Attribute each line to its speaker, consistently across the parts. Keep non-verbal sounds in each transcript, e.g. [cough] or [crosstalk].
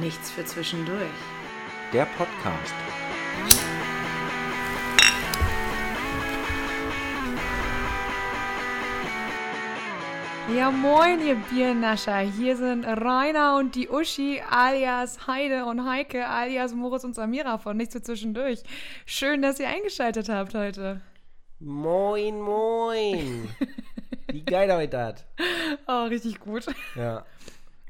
Speaker 1: Nichts für zwischendurch.
Speaker 2: Der Podcast.
Speaker 3: Ja moin, ihr Biernascher. Hier sind Rainer und die Uschi alias Heide und Heike alias Moritz und Samira von Nichts für Zwischendurch. Schön, dass ihr eingeschaltet habt heute.
Speaker 4: Moin, [laughs] moin. Wie geil heute das.
Speaker 3: Oh, richtig gut.
Speaker 4: Ja.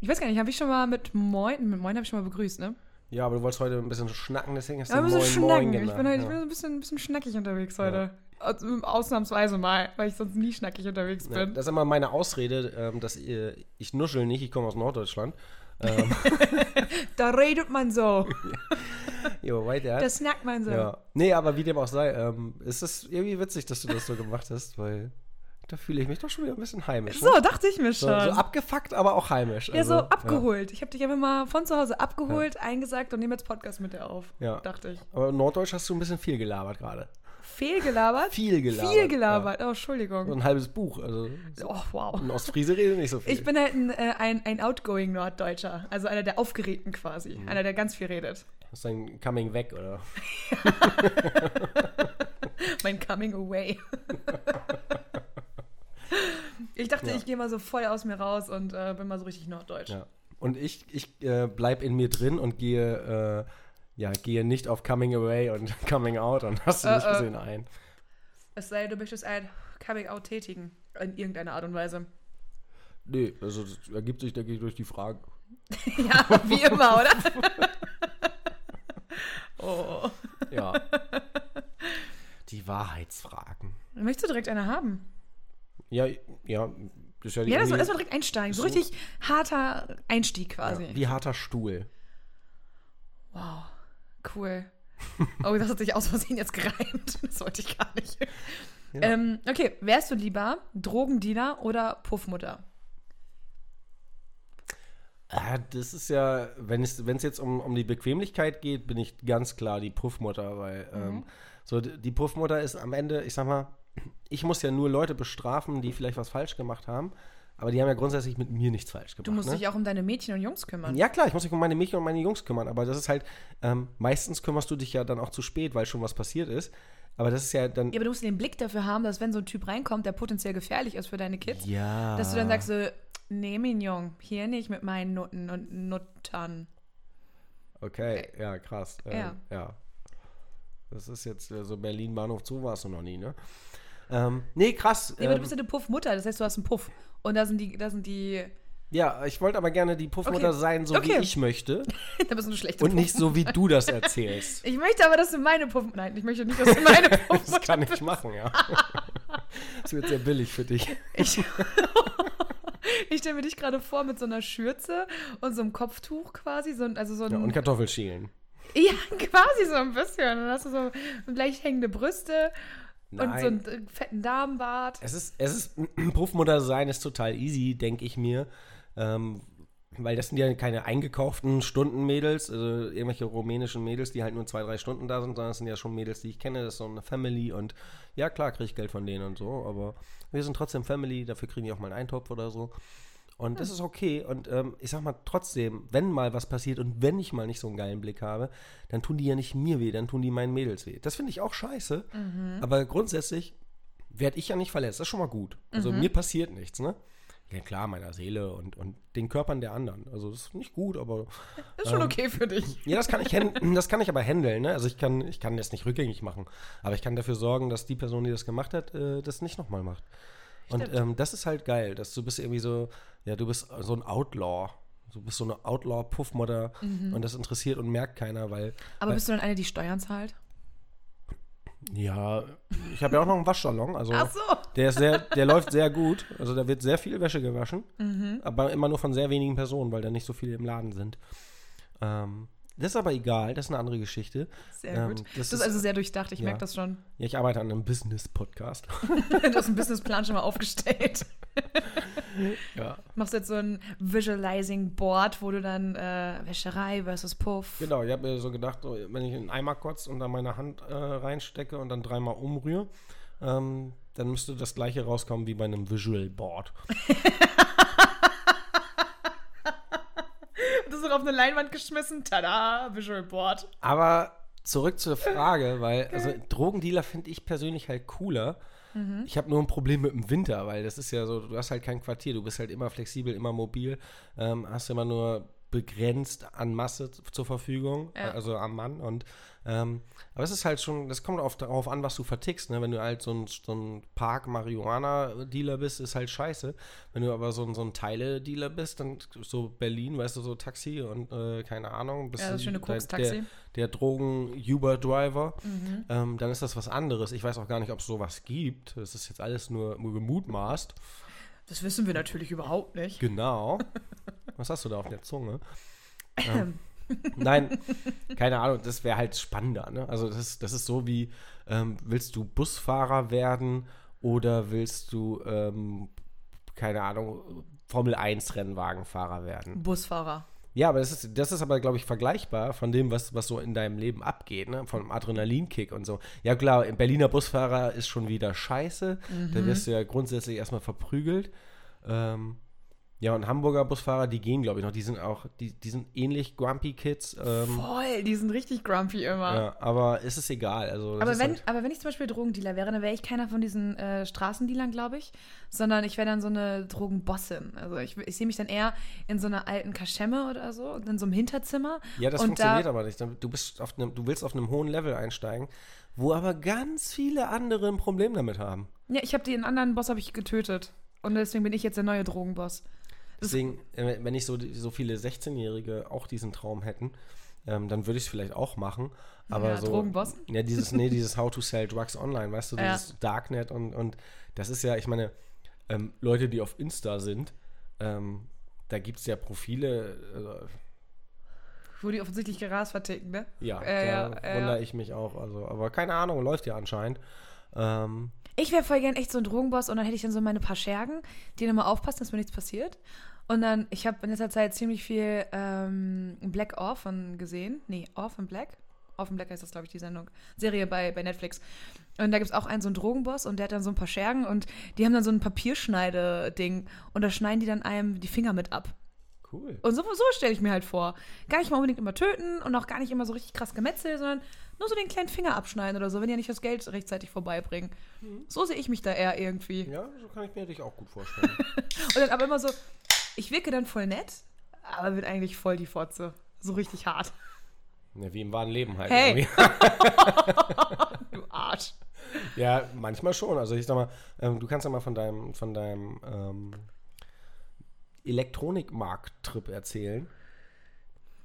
Speaker 3: Ich weiß gar nicht, habe ich schon mal mit Moin, mit Moin habe ich schon mal begrüßt, ne?
Speaker 4: ja, aber du wolltest heute ein bisschen schnacken, deswegen hast du
Speaker 3: Ja, ein bisschen
Speaker 4: moin,
Speaker 3: schnacken.
Speaker 4: moin
Speaker 3: ich bin halt- heute ich bin
Speaker 4: ja.
Speaker 3: so ein bisschen, ein bisschen schnackig unterwegs heute. Also, Ausnahmsweise mal, weil ich sonst nie schnackig unterwegs
Speaker 4: Ja,
Speaker 3: bin.
Speaker 4: Das ist immer meine Ausrede, ähm, dass ihr, ich nuschel nicht, ich komme aus Norddeutschland. Ähm,
Speaker 3: Da redet man so,
Speaker 4: jo, weiter.
Speaker 3: da snackt man so.
Speaker 4: ja. Nee, aber wie dem auch sei, ähm, ist es irgendwie witzig, dass du das so gemacht hast, weil da fühle ich mich doch schon wieder ein bisschen heimisch.
Speaker 3: So,
Speaker 4: ne?
Speaker 3: dachte ich mir
Speaker 4: so,
Speaker 3: schon.
Speaker 4: so abgefuckt, aber auch heimisch.
Speaker 3: Ja,
Speaker 4: also,
Speaker 3: so abgeholt. Ich habe dich einfach mal von zu Hause abgeholt, eingesagt und nehme jetzt Podcast mit dir auf.
Speaker 4: Ja.
Speaker 3: Dachte ich.
Speaker 4: Aber in Norddeutsch hast du ein bisschen viel gelabert gerade.
Speaker 3: Fehlgelabert?
Speaker 4: Viel gelabert,
Speaker 3: Viel gelabert. Oh,
Speaker 4: So
Speaker 3: Entschuldigung.
Speaker 4: ein halbes Buch. Also,
Speaker 3: Oh, wow.
Speaker 4: in Ostfriese rede ich nicht so viel.
Speaker 3: Ich bin halt ein, äh, ein, ein outgoing Norddeutscher. Also einer der Aufgeregten quasi.
Speaker 4: Mhm.
Speaker 3: Einer, der ganz viel redet.
Speaker 4: Ist dein Coming Weg, oder?
Speaker 3: Mein
Speaker 4: [laughs]
Speaker 3: Coming Away. ich dachte,
Speaker 4: Ja.
Speaker 3: ich gehe mal so voll aus mir raus und äh, bin mal so richtig norddeutsch.
Speaker 4: Ja. Und ich, ich äh, bleib in mir drin und gehe, äh, ja, gehe nicht auf Coming Away und [laughs] Coming Out und hast du nicht
Speaker 3: Äh, äh.
Speaker 4: gesehen ein.
Speaker 3: Es sei denn, du möchtest ein Coming Out tätigen. In irgendeiner Art und Weise.
Speaker 4: Nee, also das ergibt sich, denke ich, durch die Frage.
Speaker 3: Ja, [laughs] wie immer, oder?
Speaker 4: [laughs]
Speaker 3: oh. [laughs]
Speaker 4: Ja. die Wahrheitsfragen.
Speaker 3: Möchtest du direkt eine haben?
Speaker 4: Ja, ja, das ist ja die
Speaker 3: Ja, lass mal
Speaker 4: irgendwie-
Speaker 3: erstmal direkt einsteigen. So
Speaker 4: So.
Speaker 3: richtig harter Einstieg quasi.
Speaker 4: ja, Wie harter Stuhl.
Speaker 3: Wow, cool. Oh, das hat sich aus Versehen jetzt gereimt. [laughs] Das wollte ich gar nicht. Ähm, okay, wärst du lieber Drogendealer oder Puffmutter?
Speaker 4: Ah, das ist ja, wenn es wenn es jetzt um, um die Bequemlichkeit geht, bin ich ganz klar die Puffmutter, weil
Speaker 3: Mhm.
Speaker 4: ähm, so d- die Puffmutter ist am Ende, ich sag mal, ich muss ja nur Leute bestrafen, die vielleicht was falsch gemacht haben, aber die haben ja grundsätzlich mit mir nichts falsch gemacht.
Speaker 3: Du musst
Speaker 4: ne?
Speaker 3: dich auch um deine Mädchen und Jungs kümmern.
Speaker 4: ja klar, ich muss mich um meine Mädchen und meine Jungs kümmern, aber das ist halt, ähm, meistens kümmerst du dich ja dann auch zu spät, weil schon was passiert ist, aber das ist ja dann,
Speaker 3: Ja, aber du musst den Blick dafür haben, dass wenn so ein Typ reinkommt, der potenziell gefährlich ist für deine Kids,
Speaker 4: ja,
Speaker 3: dass du dann sagst so, nee, Mignon, hier nicht mit meinen Nutten und Nuttern.
Speaker 4: okay, ja, krass, ähm,
Speaker 3: Äh, Ja.
Speaker 4: ja. Das ist jetzt äh, so Berlin-Bahnhof zu warst du noch nie, ne? Ähm, nee, krass.
Speaker 3: Nee, aber
Speaker 4: ähm,
Speaker 3: du bist ja eine Puffmutter, das heißt, du hast einen Puff. Und da sind die, da sind die, [laughs]
Speaker 4: Ja, ich wollte aber gerne die Puffmutter
Speaker 3: Okay.
Speaker 4: sein, so
Speaker 3: Okay.
Speaker 4: wie ich
Speaker 3: [laughs]
Speaker 4: möchte
Speaker 3: da bist du eine schlechte
Speaker 4: und nicht
Speaker 3: Puffmutter.
Speaker 4: so wie du das
Speaker 3: [laughs]
Speaker 4: erzählst.
Speaker 3: Ich möchte aber, dass du meine Puffmutter, nein, ich möchte nicht, dass du
Speaker 4: [laughs]
Speaker 3: meine
Speaker 4: Das
Speaker 3: Puffmutter
Speaker 4: kann ich machen, ja. [laughs] Das wird sehr billig für
Speaker 3: [laughs]
Speaker 4: dich.
Speaker 3: Ich, [laughs] ich stelle mir dich gerade vor mit so einer Schürze und so einem Kopftuch quasi, so, ein- also so ein,
Speaker 4: Ja, und Kartoffelschälen.
Speaker 3: [laughs] ja, quasi so ein bisschen. Und dann hast du so leicht hängende Brüste und so
Speaker 4: Nein. Ähm,
Speaker 3: einen äh, fetten Damenbart.
Speaker 4: Es ist, es ist, [clears throat] Puffmutter sein ist total easy, denke ich mir. Ähm, weil das sind ja keine eingekauften Stundenmädels, also irgendwelche rumänischen Mädels, die halt nur zwei, drei Stunden da sind, sondern es sind ja schon Mädels, die ich kenne, das ist so eine Family und ja, klar kriege ich Geld von denen und so, aber wir sind trotzdem Family, dafür kriegen die auch mal einen Eintopf oder so.
Speaker 3: Ah.
Speaker 4: Und das ist okay und ähm, ich sag mal trotzdem, wenn mal was passiert und wenn ich mal nicht so einen geilen Blick habe, dann tun die ja nicht mir weh, dann tun die meinen Mädels weh. Das finde ich auch scheiße,
Speaker 3: Mhm.
Speaker 4: aber grundsätzlich werde ich ja nicht verletzt. Das ist schon mal gut. Also
Speaker 3: Mhm.
Speaker 4: mir passiert nichts, ne? Ja, klar, meiner Seele und, und den Körpern der anderen. Also das ist nicht gut, aber.
Speaker 3: Das ist
Speaker 4: ähm,
Speaker 3: schon okay für dich.
Speaker 4: Ja, das kann ich hän- [clears throat] das kann ich aber handeln, ne? Also ich kann, ich kann das nicht rückgängig machen. Aber ich kann dafür sorgen, dass die Person, die das gemacht hat, äh, das nicht nochmal macht. Und ähm, das ist halt geil, dass du bist irgendwie so, ja, du bist so ein Outlaw. Du bist so eine Outlaw-Puffmutter und das interessiert und merkt keiner, weil.
Speaker 3: Aber
Speaker 4: weil,
Speaker 3: bist du dann eine, die Steuern zahlt?
Speaker 4: ja, ich habe ja auch noch einen Waschsalon. Also
Speaker 3: Ach so.
Speaker 4: Der, ist sehr, der läuft sehr gut. Also da wird sehr viel Wäsche gewaschen.
Speaker 3: Mhm.
Speaker 4: Aber immer nur von sehr wenigen Personen, weil da nicht so viele im Laden sind. Ähm, das ist aber egal, das ist eine andere Geschichte.
Speaker 3: Sehr
Speaker 4: Ähm,
Speaker 3: gut. Das,
Speaker 4: das
Speaker 3: ist
Speaker 4: ist-
Speaker 3: also sehr durchdacht, ich
Speaker 4: ja.
Speaker 3: merke das schon. [laughs]
Speaker 4: Ja, ich arbeite an einem Business-Podcast.
Speaker 3: Du hast einen Businessplan schon mal aufgestellt.
Speaker 4: Ja.
Speaker 3: Machst jetzt so ein Visualizing-Board, wo du dann äh, Wäscherei versus Puff.
Speaker 4: Genau, ich habe mir so gedacht, so, wenn ich in einen Eimer kotze und dann meine Hand äh, reinstecke und dann dreimal umrühre, ähm, dann müsste das gleiche rauskommen wie bei einem Visual Board.
Speaker 3: [laughs] Das einfach auf eine Leinwand geschmissen. Tada, Visual Report.
Speaker 4: Aber zurück zur Frage, weil also Drogendealer finde ich persönlich halt cooler.
Speaker 3: Mhm.
Speaker 4: Ich habe nur ein Problem mit dem Winter, weil das ist ja so, du hast halt kein Quartier, du bist halt immer flexibel, immer mobil, ähm, hast immer nur begrenzt an Masse z- zur Verfügung,
Speaker 3: Ja.
Speaker 4: also am Mann und ähm, aber es ist halt schon, das kommt auch darauf an, was du vertickst, ne? Wenn du halt so ein, so ein Park-Marihuana-Dealer bist, ist halt scheiße. Wenn du aber so ein, so ein Teile-Dealer bist, dann so Berlin, weißt du, so Taxi und äh, keine Ahnung, bist
Speaker 3: Ja, das
Speaker 4: du
Speaker 3: schöne
Speaker 4: der-
Speaker 3: Koks-Taxi.
Speaker 4: Der, der Drogen-Uber-Driver, ähm, dann ist das was anderes. Ich weiß auch gar nicht, ob es sowas gibt. Das ist jetzt alles nur gemutmaßt.
Speaker 3: Das wissen wir natürlich überhaupt nicht.
Speaker 4: Genau. Was hast du da auf der Zunge? Ähm, nein, keine Ahnung, das wäre halt spannender. Ne? Also das ist, das ist so wie, ähm, willst du Busfahrer werden oder willst du, ähm, keine Ahnung, Formel 1 Rennwagenfahrer werden?
Speaker 3: Busfahrer.
Speaker 4: Ja, aber das ist, das ist aber, glaube ich, vergleichbar von dem, was, was so in deinem Leben abgeht, ne? Vom Adrenalinkick und so. Ja, klar, ein Berliner Busfahrer ist schon wieder scheiße.
Speaker 3: Mhm.
Speaker 4: Da wirst du ja grundsätzlich erstmal verprügelt. Ähm, ja, und Hamburger Busfahrer, die gehen, glaube ich, noch. Die sind auch, die, die sind ähnlich Grumpy Kids. Ähm,
Speaker 3: Voll, die sind richtig grumpy immer.
Speaker 4: ja, aber es ist egal. Also, das
Speaker 3: Aber
Speaker 4: ist
Speaker 3: wenn,
Speaker 4: Halt,
Speaker 3: aber wenn ich zum Beispiel Drogendealer wäre, dann wäre ich keiner von diesen äh, Straßendealern, glaube ich, sondern ich wäre dann so eine Drogenbossin. Also ich, ich sehe mich dann eher in so einer alten Kaschemme oder so und in so einem Hinterzimmer.
Speaker 4: ja, das
Speaker 3: und
Speaker 4: funktioniert
Speaker 3: da,
Speaker 4: aber nicht. Du, bist auf einem, du willst auf einem hohen Level einsteigen, wo aber ganz viele andere ein Problem damit haben.
Speaker 3: Ja, ich habe den anderen Boss habe ich getötet und deswegen bin ich jetzt der neue Drogenboss.
Speaker 4: Deswegen, äh, wenn nicht so, so viele 16-Jährige auch diesen Traum hätten, ähm, dann würde ich es vielleicht auch machen. Aber
Speaker 3: Ja,
Speaker 4: so.
Speaker 3: Drogenboss.
Speaker 4: Ja, dieses,
Speaker 3: [laughs]
Speaker 4: nee, dieses How to Sell Drugs Online, weißt du,
Speaker 3: Ja.
Speaker 4: dieses Darknet und, und das ist ja, ich meine, ähm, Leute, die auf Insta sind, ähm, da gibt es ja Profile,
Speaker 3: Wo die offensichtlich Gras verticken, ne?
Speaker 4: äh, ja,
Speaker 3: Äh,
Speaker 4: da
Speaker 3: ja, äh,
Speaker 4: wundere
Speaker 3: ja.
Speaker 4: ich mich auch. Also, aber keine Ahnung, läuft ja anscheinend. Ähm,
Speaker 3: Ich wäre voll gern echt so ein Drogenboss und dann hätte ich dann so meine paar Schergen, die dann mal aufpassen, dass mir nichts passiert. Und dann, ich habe in letzter Zeit ziemlich viel ähm, Black Orphan gesehen. Nee, Orphan Black? Orphan Black heißt das, glaube ich, die Sendung. Serie bei, bei Netflix. Und da gibt es auch einen, so einen Drogenboss und der hat dann so ein paar Schergen und die haben dann so ein Papierschneide-Ding und da schneiden die dann einem die Finger mit ab.
Speaker 4: cool.
Speaker 3: Und so, so stelle ich mir halt vor. Gar nicht mal unbedingt immer töten und auch gar nicht immer so richtig krass Gemetzel, sondern nur so den kleinen Finger abschneiden oder so, wenn die ja nicht das Geld rechtzeitig vorbeibringen. So sehe ich mich da eher irgendwie.
Speaker 4: Mhm. Ja, so kann ich mir dich auch gut vorstellen.
Speaker 3: [laughs] Und dann aber immer so, ich wirke dann voll nett, aber bin eigentlich voll die Fotze. So richtig hart. [laughs]
Speaker 4: ja, wie im wahren Leben halt.
Speaker 3: Hey.
Speaker 4: irgendwie.
Speaker 3: Du Arsch.
Speaker 4: Ja, manchmal schon. Also ich sag mal, ähm, du kannst ja mal von deinem, von deinem ähm, Elektronikmarkt-Trip erzählen.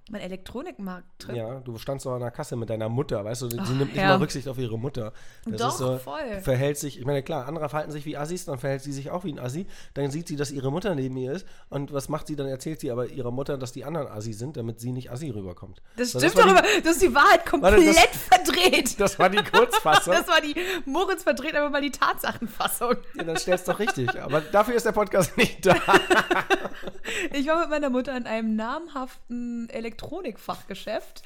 Speaker 3: Mein Elektronikmarkt-Trip.
Speaker 4: Ja, du standst so an der Kasse mit deiner Mutter, weißt du, sie sie nimmt nicht
Speaker 3: ja.
Speaker 4: mal Rücksicht auf ihre Mutter. Das
Speaker 3: Doch,
Speaker 4: ist so,
Speaker 3: voll.
Speaker 4: Verhält sich, ich meine, klar, andere verhalten sich wie Assis, dann verhält sie sich auch wie ein Assi. Dann sieht sie, dass ihre Mutter neben ihr ist und was macht sie? Dann erzählt sie aber ihrer Mutter, dass die anderen Assi sind, damit sie nicht Assi rüberkommt.
Speaker 3: Das
Speaker 4: So,
Speaker 3: stimmt
Speaker 4: war die-
Speaker 3: darüber, das ist die Wahrheit komplett
Speaker 4: Warte, das-
Speaker 3: verdreht.
Speaker 4: [laughs] Das war die Kurzfassung.
Speaker 3: [laughs] Das war die, Moritz verdreht aber mal die Tatsachenfassung.
Speaker 4: ja, dann stellst du doch richtig. Aber dafür ist der Podcast nicht
Speaker 3: [laughs]
Speaker 4: da.
Speaker 3: Ich war mit meiner Mutter in einem namhaften Elektronikfachgeschäft,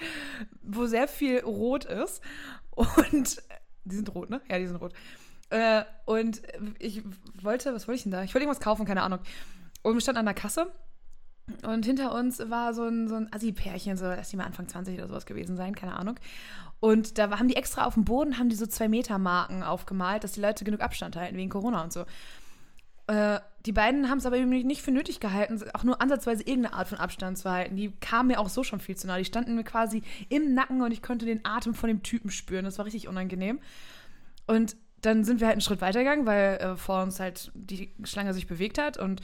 Speaker 3: wo sehr viel rot ist. Und die sind rot, ne? Ja, die sind rot. Äh, und ich wollte, was wollte ich denn da? Ich wollte irgendwas kaufen, keine Ahnung. Und wir standen an der Kasse. Und hinter uns war so ein, so ein Assi-Pärchen, so, lass die mal Anfang 20 oder sowas gewesen sein, keine Ahnung. Und da haben die extra auf dem Boden, haben die so zwei Meter Marken aufgemalt, dass die Leute genug Abstand halten wegen Corona und so. Äh, die beiden haben es aber eben nicht- nicht für nötig gehalten, auch nur ansatzweise irgendeine Art von Abstand zu halten. Die kamen mir auch so schon viel zu nah. Die standen mir quasi im Nacken und ich konnte den Atem von dem Typen spüren. Das war richtig unangenehm. Und dann sind wir halt einen Schritt weitergegangen, weil äh, vor uns halt die Schlange sich bewegt hat und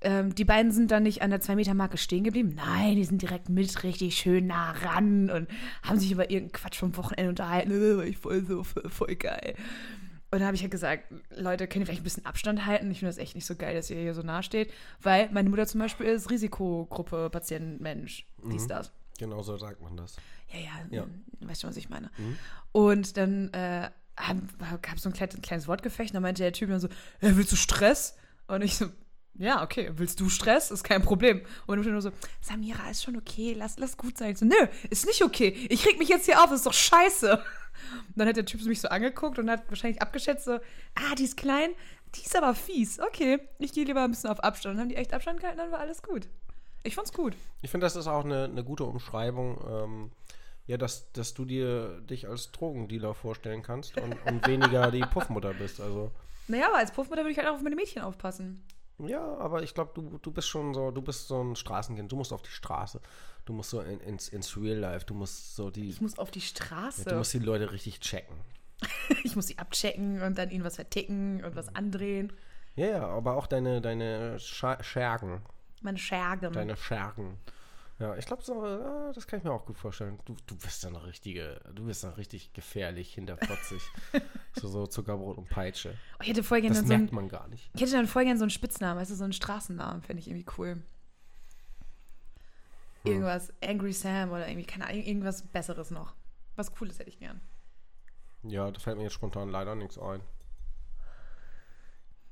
Speaker 3: ähm, die beiden sind dann nicht an der 2-Meter-Marke stehen geblieben. Nein, die sind direkt mit richtig schön nah ran und haben sich über irgendeinen Quatsch vom Wochenende unterhalten. [laughs] Äh, war Ich voll so voll geil. Und da habe ich halt gesagt, Leute, könnt ihr vielleicht ein bisschen Abstand halten? Ich finde das echt nicht so geil, dass ihr hier so nah steht, weil meine Mutter zum Beispiel ist Risikogruppe, Patient, Mensch, dies, das.
Speaker 4: genau so sagt man das.
Speaker 3: Ja, ja,
Speaker 4: Ja.
Speaker 3: m, weißt du, was ich meine. Und dann äh, gab es so ein kleines, kleines Wortgefecht, und dann meinte der Typ dann so, "Hä, willst du Stress? Und ich so, ja, okay, willst du Stress? Ist kein Problem. Und ich nur so, Samira, ist schon okay, lass, lass gut sein. Ich so, nö, ist nicht okay. Ich reg mich jetzt hier auf, ist doch scheiße. [laughs] Und dann hat der Typ mich so angeguckt und hat wahrscheinlich abgeschätzt, so, ah, die ist klein, die ist aber fies. Okay, ich gehe lieber ein bisschen auf Abstand. Und dann haben die echt Abstand gehalten, dann war alles gut. Ich fand's gut.
Speaker 4: Ich finde, das ist auch eine, eine gute Umschreibung, ähm, ja, dass, dass du dir dich als Drogendealer vorstellen kannst und,
Speaker 3: [laughs]
Speaker 4: und weniger die Puffmutter bist. Also,
Speaker 3: Naja, aber als Puffmutter würde ich halt auch auf meine Mädchen aufpassen.
Speaker 4: ja, aber ich glaube, du, du bist schon so, du bist so ein Straßenkind, du musst auf die Straße. Du musst so in, ins, ins Real Life, du musst so die,
Speaker 3: Ich muss auf die Straße.
Speaker 4: du musst die Leute richtig checken.
Speaker 3: [laughs] ich muss sie abchecken und dann ihnen was verticken und was andrehen.
Speaker 4: Ja, ja, aber auch deine, deine Scha Schergen.
Speaker 3: Meine Schergen.
Speaker 4: Deine Schergen. Hm. Ja, ich glaube, so, äh, das kann ich mir auch gut vorstellen. Du, du bist dann eine richtige, du bist dann richtig gefährlich, [laughs] hinterfotzig. so, so Zuckerbrot und Peitsche.
Speaker 3: Oh, ich hätte voll gerne
Speaker 4: Das
Speaker 3: so
Speaker 4: merkt
Speaker 3: einen,
Speaker 4: man gar nicht.
Speaker 3: ich hätte dann voll gerne so einen Spitznamen, weißt du, so einen Straßennamen, fände ich irgendwie cool.
Speaker 4: Hm.
Speaker 3: Irgendwas Angry Sam oder irgendwie, keine Ahnung, irgendwas Besseres noch. Was Cooles hätte ich gern.
Speaker 4: Ja, da fällt mir jetzt spontan leider nichts ein.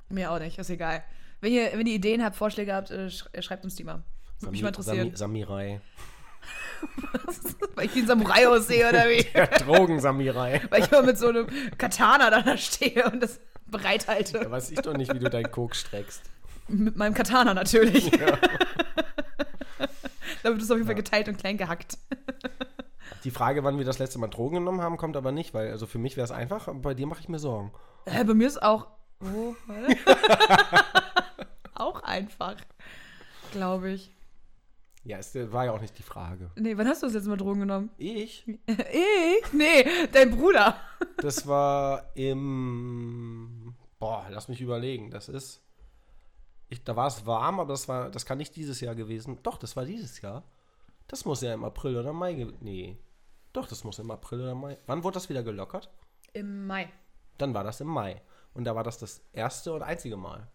Speaker 3: Mir auch nicht, ist egal. Wenn ihr, wenn ihr Ideen habt, Vorschläge habt, äh, sch äh, schreibt uns die mal. Würde mich mal interessieren.
Speaker 4: Sami Samirai. [laughs]
Speaker 3: [laughs] Weil ich wie ein Samurai aussehe oder wie?
Speaker 4: Drogen-Samirai.
Speaker 3: Weil ich immer mit so einem Katana da, da stehe und das bereithalte.
Speaker 4: Da weiß ich doch nicht, wie du deinen Koks streckst.
Speaker 3: Mit meinem Katana natürlich. [laughs] Damit ist auf jeden Fall geteilt und klein gehackt.
Speaker 4: Die Frage, wann wir das letzte Mal Drogen genommen haben, kommt aber nicht, weil also für mich wäre es einfach, aber bei dir mache ich mir Sorgen.
Speaker 3: Äh, bei mir ist auch. Oh, warte.
Speaker 4: [laughs]
Speaker 3: auch einfach. Glaube ich.
Speaker 4: Ja, es äh, war ja auch nicht die Frage.
Speaker 3: Nee, wann hast du das letzte Mal Drogen genommen?
Speaker 4: Ich?
Speaker 3: Ich? Nee, dein Bruder.
Speaker 4: Das war im. Boah, lass mich überlegen. Das ist. Ich, da war es warm, aber das war, das kann nicht dieses Jahr gewesen. Doch, das war dieses Jahr. Das muss ja im April oder Mai. ge- Nee. Doch, das muss im April oder Mai. Wann wurde das wieder gelockert?
Speaker 3: Im Mai.
Speaker 4: Dann war das im Mai. Und da war das das erste und einzige Mal.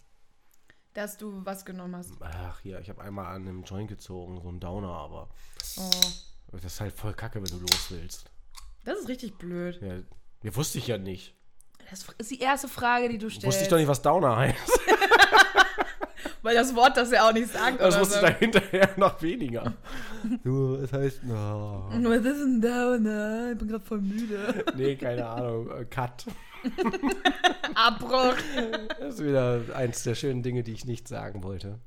Speaker 3: Dass du was genommen hast.
Speaker 4: Ach ja, ich habe einmal an einem Joint gezogen, so ein Downer, aber
Speaker 3: Oh.
Speaker 4: das ist halt voll kacke, wenn du los willst.
Speaker 3: Das ist richtig blöd.
Speaker 4: Ja, mir wusste ich ja nicht.
Speaker 3: Das ist die erste Frage, die du stellst.
Speaker 4: Wusste ich doch nicht, was Downer heißt.
Speaker 3: Weil das Wort das ja auch nicht sagt.
Speaker 4: Das
Speaker 3: oder
Speaker 4: wusste
Speaker 3: so.
Speaker 4: ich dann hinterher noch weniger. du, es heißt. Oh.
Speaker 3: Was ist ein Downer? Ich bin gerade voll müde.
Speaker 4: Nee, keine Ahnung. äh, Cut.
Speaker 3: [laughs] Abbruch.
Speaker 4: Das ist wieder eins der schönen Dinge, die ich nicht sagen wollte.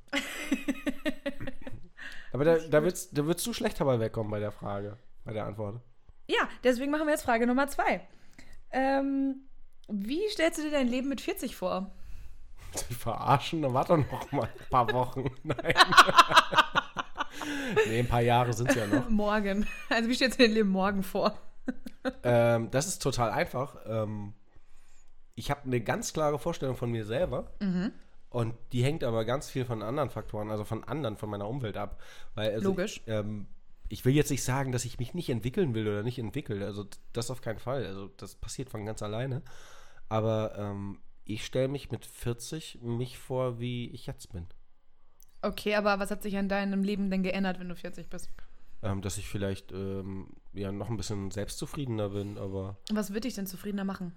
Speaker 4: Aber da, da, würdest, da würdest du schlechter bei wegkommen bei der Frage, bei der Antwort.
Speaker 3: Ja, deswegen machen wir jetzt Frage Nummer zwei. Ähm, wie stellst du dir dein Leben mit 40 vor?
Speaker 4: Die verarschen, dann warte noch mal ein paar Wochen. [laughs] Nein. nee, ein paar Jahre sind es ja noch.
Speaker 3: Morgen. [laughs] Also wie stellst du dir dein Leben morgen vor?
Speaker 4: Ähm, das ist total einfach. Ähm, ich habe eine ganz klare Vorstellung von mir selber. Und die hängt aber ganz viel von anderen Faktoren, also von anderen, von meiner Umwelt ab. Weil, also,
Speaker 3: Logisch.
Speaker 4: ähm, ich will jetzt nicht sagen, dass ich mich nicht entwickeln will oder nicht entwickle. Also d- das auf keinen Fall. Also das passiert von ganz alleine. Aber ähm, ich stelle mich mit 40 mich vor, wie ich jetzt bin.
Speaker 3: Okay, aber was hat sich an deinem Leben denn geändert, wenn du 40 bist?
Speaker 4: Ähm, dass ich vielleicht ähm, ja noch ein bisschen selbstzufriedener bin, aber
Speaker 3: Was wird dich denn zufriedener machen?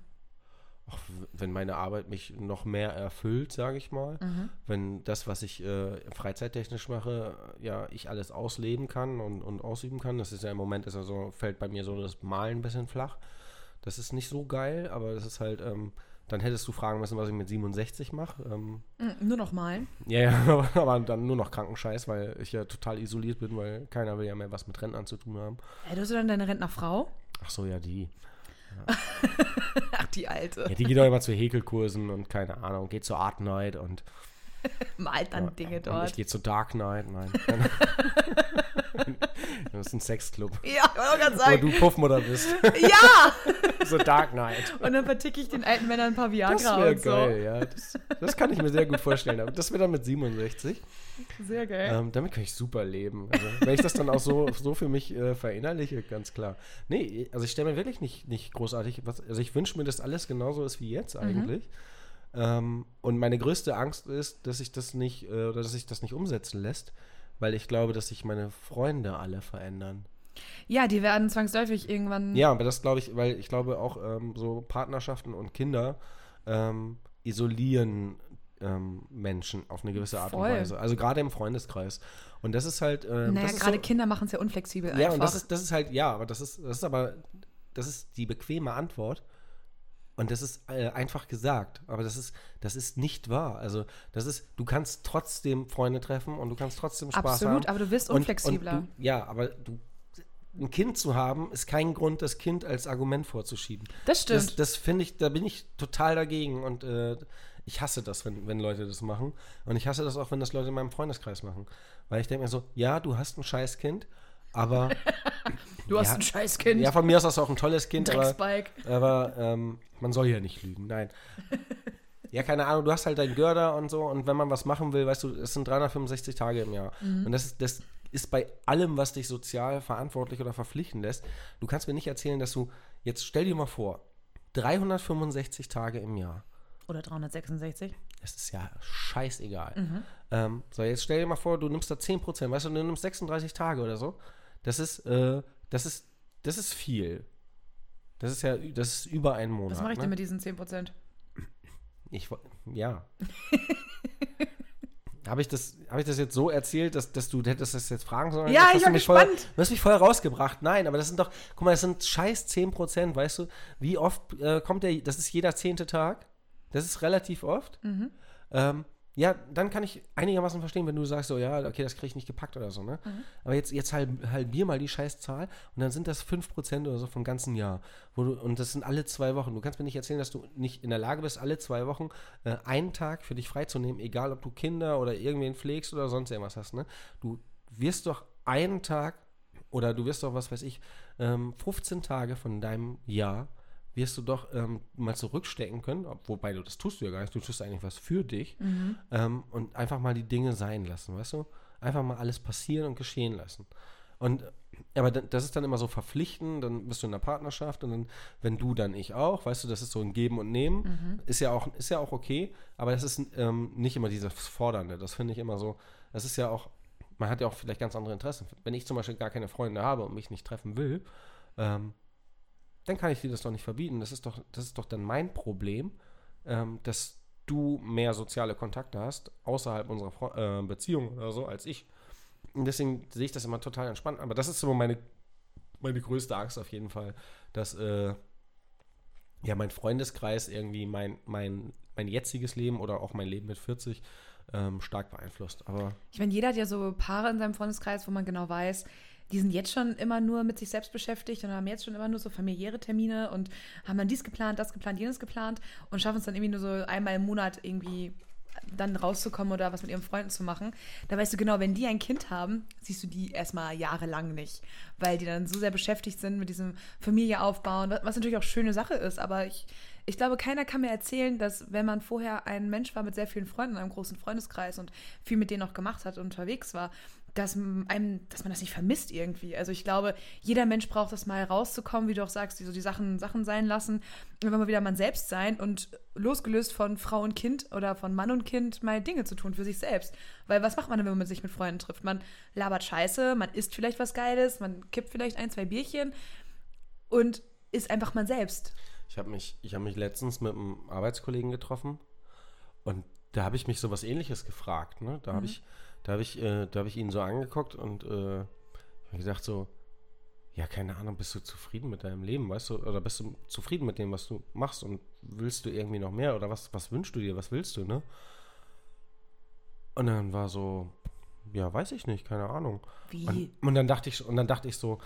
Speaker 4: auch w- wenn meine Arbeit mich noch mehr erfüllt, sage ich mal, wenn das, was ich äh, freizeittechnisch mache, äh, ja, ich alles ausleben kann und, und ausüben kann. Das ist ja im Moment, ist also, fällt bei mir so das Malen ein bisschen flach. Das ist nicht so geil, aber das ist halt, ähm, dann hättest du fragen müssen, was ich mit 67 mache. Ähm,
Speaker 3: Hm, nur noch mal.
Speaker 4: ja, [laughs] ja, aber dann nur noch Krankenscheiß, weil ich ja total isoliert bin, weil keiner will ja mehr was mit Rentnern zu tun haben.
Speaker 3: Hey, Äh, du hast ja dann deine Rentnerfrau?
Speaker 4: Ach so, ja, die.
Speaker 3: [laughs] Ach, die alte.
Speaker 4: Ja, die geht doch immer zu Häkelkursen und keine Ahnung, geht zur Art Night und
Speaker 3: Malt dann
Speaker 4: Und
Speaker 3: Dinge
Speaker 4: Ich
Speaker 3: dort.
Speaker 4: gehe zu Dark Knight,
Speaker 3: [laughs]
Speaker 4: nein. keine Ahnung. das ist ein Sexclub.
Speaker 3: Ja, ich wollte gerade
Speaker 4: Wo
Speaker 3: sagen.
Speaker 4: du Puffmutter bist. [laughs]
Speaker 3: Ja!
Speaker 4: so Dark Knight.
Speaker 3: Und dann verticke ich den alten Männern ein paar
Speaker 4: Das
Speaker 3: Viagra
Speaker 4: wäre
Speaker 3: und so.
Speaker 4: geil, ja. Das, das kann ich mir sehr gut vorstellen. Aber das wäre dann mit 67.
Speaker 3: Sehr geil.
Speaker 4: Ähm, damit kann ich super leben. Also, wenn ich das dann auch
Speaker 3: [laughs]
Speaker 4: so, so für mich äh, verinnerliche, ganz klar. Nee, also ich stelle mir wirklich nicht, nicht großartig was. Also ich wünsche mir, dass alles genauso ist wie
Speaker 3: Mhm.
Speaker 4: jetzt eigentlich. Ähm, und meine größte Angst ist, dass ich das nicht, äh, oder dass ich das nicht umsetzen lässt, weil ich glaube, dass sich meine Freunde alle verändern.
Speaker 3: Ja, die werden zwangsläufig irgendwann.
Speaker 4: Ja, aber das glaube ich, weil ich glaube auch ähm, so Partnerschaften und Kinder ähm, isolieren ähm, Menschen auf eine gewisse Art
Speaker 3: Voll.
Speaker 4: und Weise. Also gerade im Freundeskreis. Und das ist halt. Ähm,
Speaker 3: naja,
Speaker 4: das ist
Speaker 3: gerade
Speaker 4: so,
Speaker 3: Kinder machen es ja unflexibel
Speaker 4: Ja,
Speaker 3: einfach.
Speaker 4: und das ist, das ist halt, ja, aber das ist, das ist aber, das ist die bequeme Antwort. Und das ist äh, einfach gesagt, aber das ist, das ist nicht wahr. Also das ist, du kannst trotzdem Freunde treffen und du kannst trotzdem Spaß haben.
Speaker 3: Absolut, aber du wirst
Speaker 4: Und-
Speaker 3: unflexibler.
Speaker 4: Und du, ja, aber du, ein Kind zu haben, ist kein Grund, das Kind als Argument vorzuschieben.
Speaker 3: Das stimmt.
Speaker 4: Das, das finde ich, da bin ich total dagegen und äh, ich hasse das, wenn, wenn Leute das machen. Und ich hasse das auch, wenn das Leute in meinem Freundeskreis machen. Weil ich denke mir so, ja, du hast ein scheiß Kind, aber
Speaker 3: [laughs] du hast
Speaker 4: ja.
Speaker 3: ein Scheißkind.
Speaker 4: ja, von mir aus hast du auch ein tolles Kind, aber,
Speaker 3: Drecksbike.
Speaker 4: aber ähm, man soll ja nicht lügen, nein. Ja, keine Ahnung, du hast halt deinen Görder und so und wenn man was machen will, weißt du, es sind 365 Tage im Jahr.
Speaker 3: Mhm.
Speaker 4: Und das ist, das ist bei allem, was dich sozial verantwortlich oder verpflichten lässt. Du kannst mir nicht erzählen, dass du, jetzt stell dir mal vor, 365 Tage im Jahr.
Speaker 3: Oder 366.
Speaker 4: Das ist ja scheißegal.
Speaker 3: Mhm.
Speaker 4: Ähm, so, jetzt stell dir mal vor, du nimmst da 10%, weißt du, du nimmst 36 Tage oder so. Das ist, äh, das ist, das ist viel. Das ist ja, ü- das ist über einen Monat.
Speaker 3: Was mache ich
Speaker 4: ne?
Speaker 3: denn mit diesen 10%?
Speaker 4: Ich, wo-
Speaker 3: [laughs]
Speaker 4: ja. Habe ich, das, hab ich das jetzt so erzählt, dass, dass du hättest das jetzt fragen sollen?
Speaker 3: Ja,
Speaker 4: Jetzt hast
Speaker 3: ich
Speaker 4: du
Speaker 3: war
Speaker 4: mich vorher-
Speaker 3: gespannt.
Speaker 4: Du hast mich voll rausgebracht. Nein, aber das sind doch, guck mal, das sind scheiß 10%, weißt du? Wie oft äh, kommt der, das ist jeder zehnte Tag. Das ist relativ oft.
Speaker 3: Mhm.
Speaker 4: Ähm, ja, dann kann ich einigermaßen verstehen, wenn du sagst, so, ja, okay, das kriege ich nicht gepackt oder so, ne? Aber jetzt, jetzt halb, halbier mal die Scheißzahl und dann sind das 5% oder so vom ganzen Jahr. Wo du, und das sind alle zwei Wochen. Du kannst mir nicht erzählen, dass du nicht in der Lage bist, alle zwei Wochen äh, einen Tag für dich freizunehmen, egal ob du Kinder oder irgendwen pflegst oder sonst irgendwas hast, ne? Du wirst doch einen Tag oder du wirst doch, was weiß ich, ähm, 15 Tage von deinem Jahr wirst du doch ähm, mal zurückstecken können, ob, wobei du das tust du ja gar nicht, du tust eigentlich was für dich ähm, und einfach mal die Dinge sein lassen, weißt du? Einfach mal alles passieren und geschehen lassen. Und äh, aber da- das ist dann immer so verpflichtend, dann bist du in der Partnerschaft und dann, wenn du, dann ich auch, weißt du, das ist so ein Geben und Nehmen, ist ja auch, ist ja auch okay, aber das ist ähm, nicht immer dieses Fordernde, das finde ich immer so, das ist ja auch, man hat ja auch vielleicht ganz andere Interessen. Wenn ich zum Beispiel gar keine Freunde habe und mich nicht treffen will, ähm, dann kann ich dir das doch nicht verbieten. Das ist doch, das ist doch dann mein Problem, ähm, dass du mehr soziale Kontakte hast außerhalb unserer Fre- äh, Beziehung oder so als ich. Und deswegen sehe ich das immer total entspannt. Aber das ist immer meine, meine größte Angst auf jeden Fall, dass äh, ja mein Freundeskreis irgendwie mein, mein, mein jetziges Leben oder auch mein Leben mit 40 ähm, stark beeinflusst. Aber
Speaker 3: Ich meine, jeder hat ja so Paare in seinem Freundeskreis, wo man genau weiß, die sind jetzt schon immer nur mit sich selbst beschäftigt und haben jetzt schon immer nur so familiäre Termine und haben dann dies geplant, das geplant, jenes geplant und schaffen es dann irgendwie nur so einmal im Monat irgendwie dann rauszukommen oder was mit ihren Freunden zu machen. Da weißt du genau, wenn die ein Kind haben, siehst du die erstmal jahrelang nicht, weil die dann so sehr beschäftigt sind mit diesem Familie aufbauen, was- was natürlich auch schöne Sache ist, aber ich, ich glaube, keiner kann mir erzählen, dass wenn man vorher ein Mensch war mit sehr vielen Freunden, einem großen Freundeskreis und viel mit denen auch gemacht hat und unterwegs war, dass, m- einem, dass man das nicht vermisst irgendwie. Also ich glaube, jeder Mensch braucht das mal rauszukommen, wie du auch sagst, die, so die Sachen, Sachen sein lassen, immer mal wieder man selbst sein und losgelöst von Frau und Kind oder von Mann und Kind mal Dinge zu tun für sich selbst. Weil was macht man denn, wenn man sich mit Freunden trifft? Man labert Scheiße, man isst vielleicht was Geiles, man kippt vielleicht ein, zwei Bierchen und ist einfach man selbst.
Speaker 4: Ich habe mich, ich habe mich letztens mit einem Arbeitskollegen getroffen und da habe ich mich so was Ähnliches gefragt. Ne? Da habe ich, da habe ich, äh, da habe ich ihn so angeguckt und äh, hab gesagt so, ja keine Ahnung, bist du zufrieden mit deinem Leben, weißt du, oder bist du zufrieden mit dem, was du machst und willst du irgendwie noch mehr oder was, was wünschst du dir, was willst du, ne? Und dann war so, ja, weiß ich nicht, keine Ahnung.
Speaker 3: Wie?
Speaker 4: Und, und dann dachte ich, und dann dachte ich so,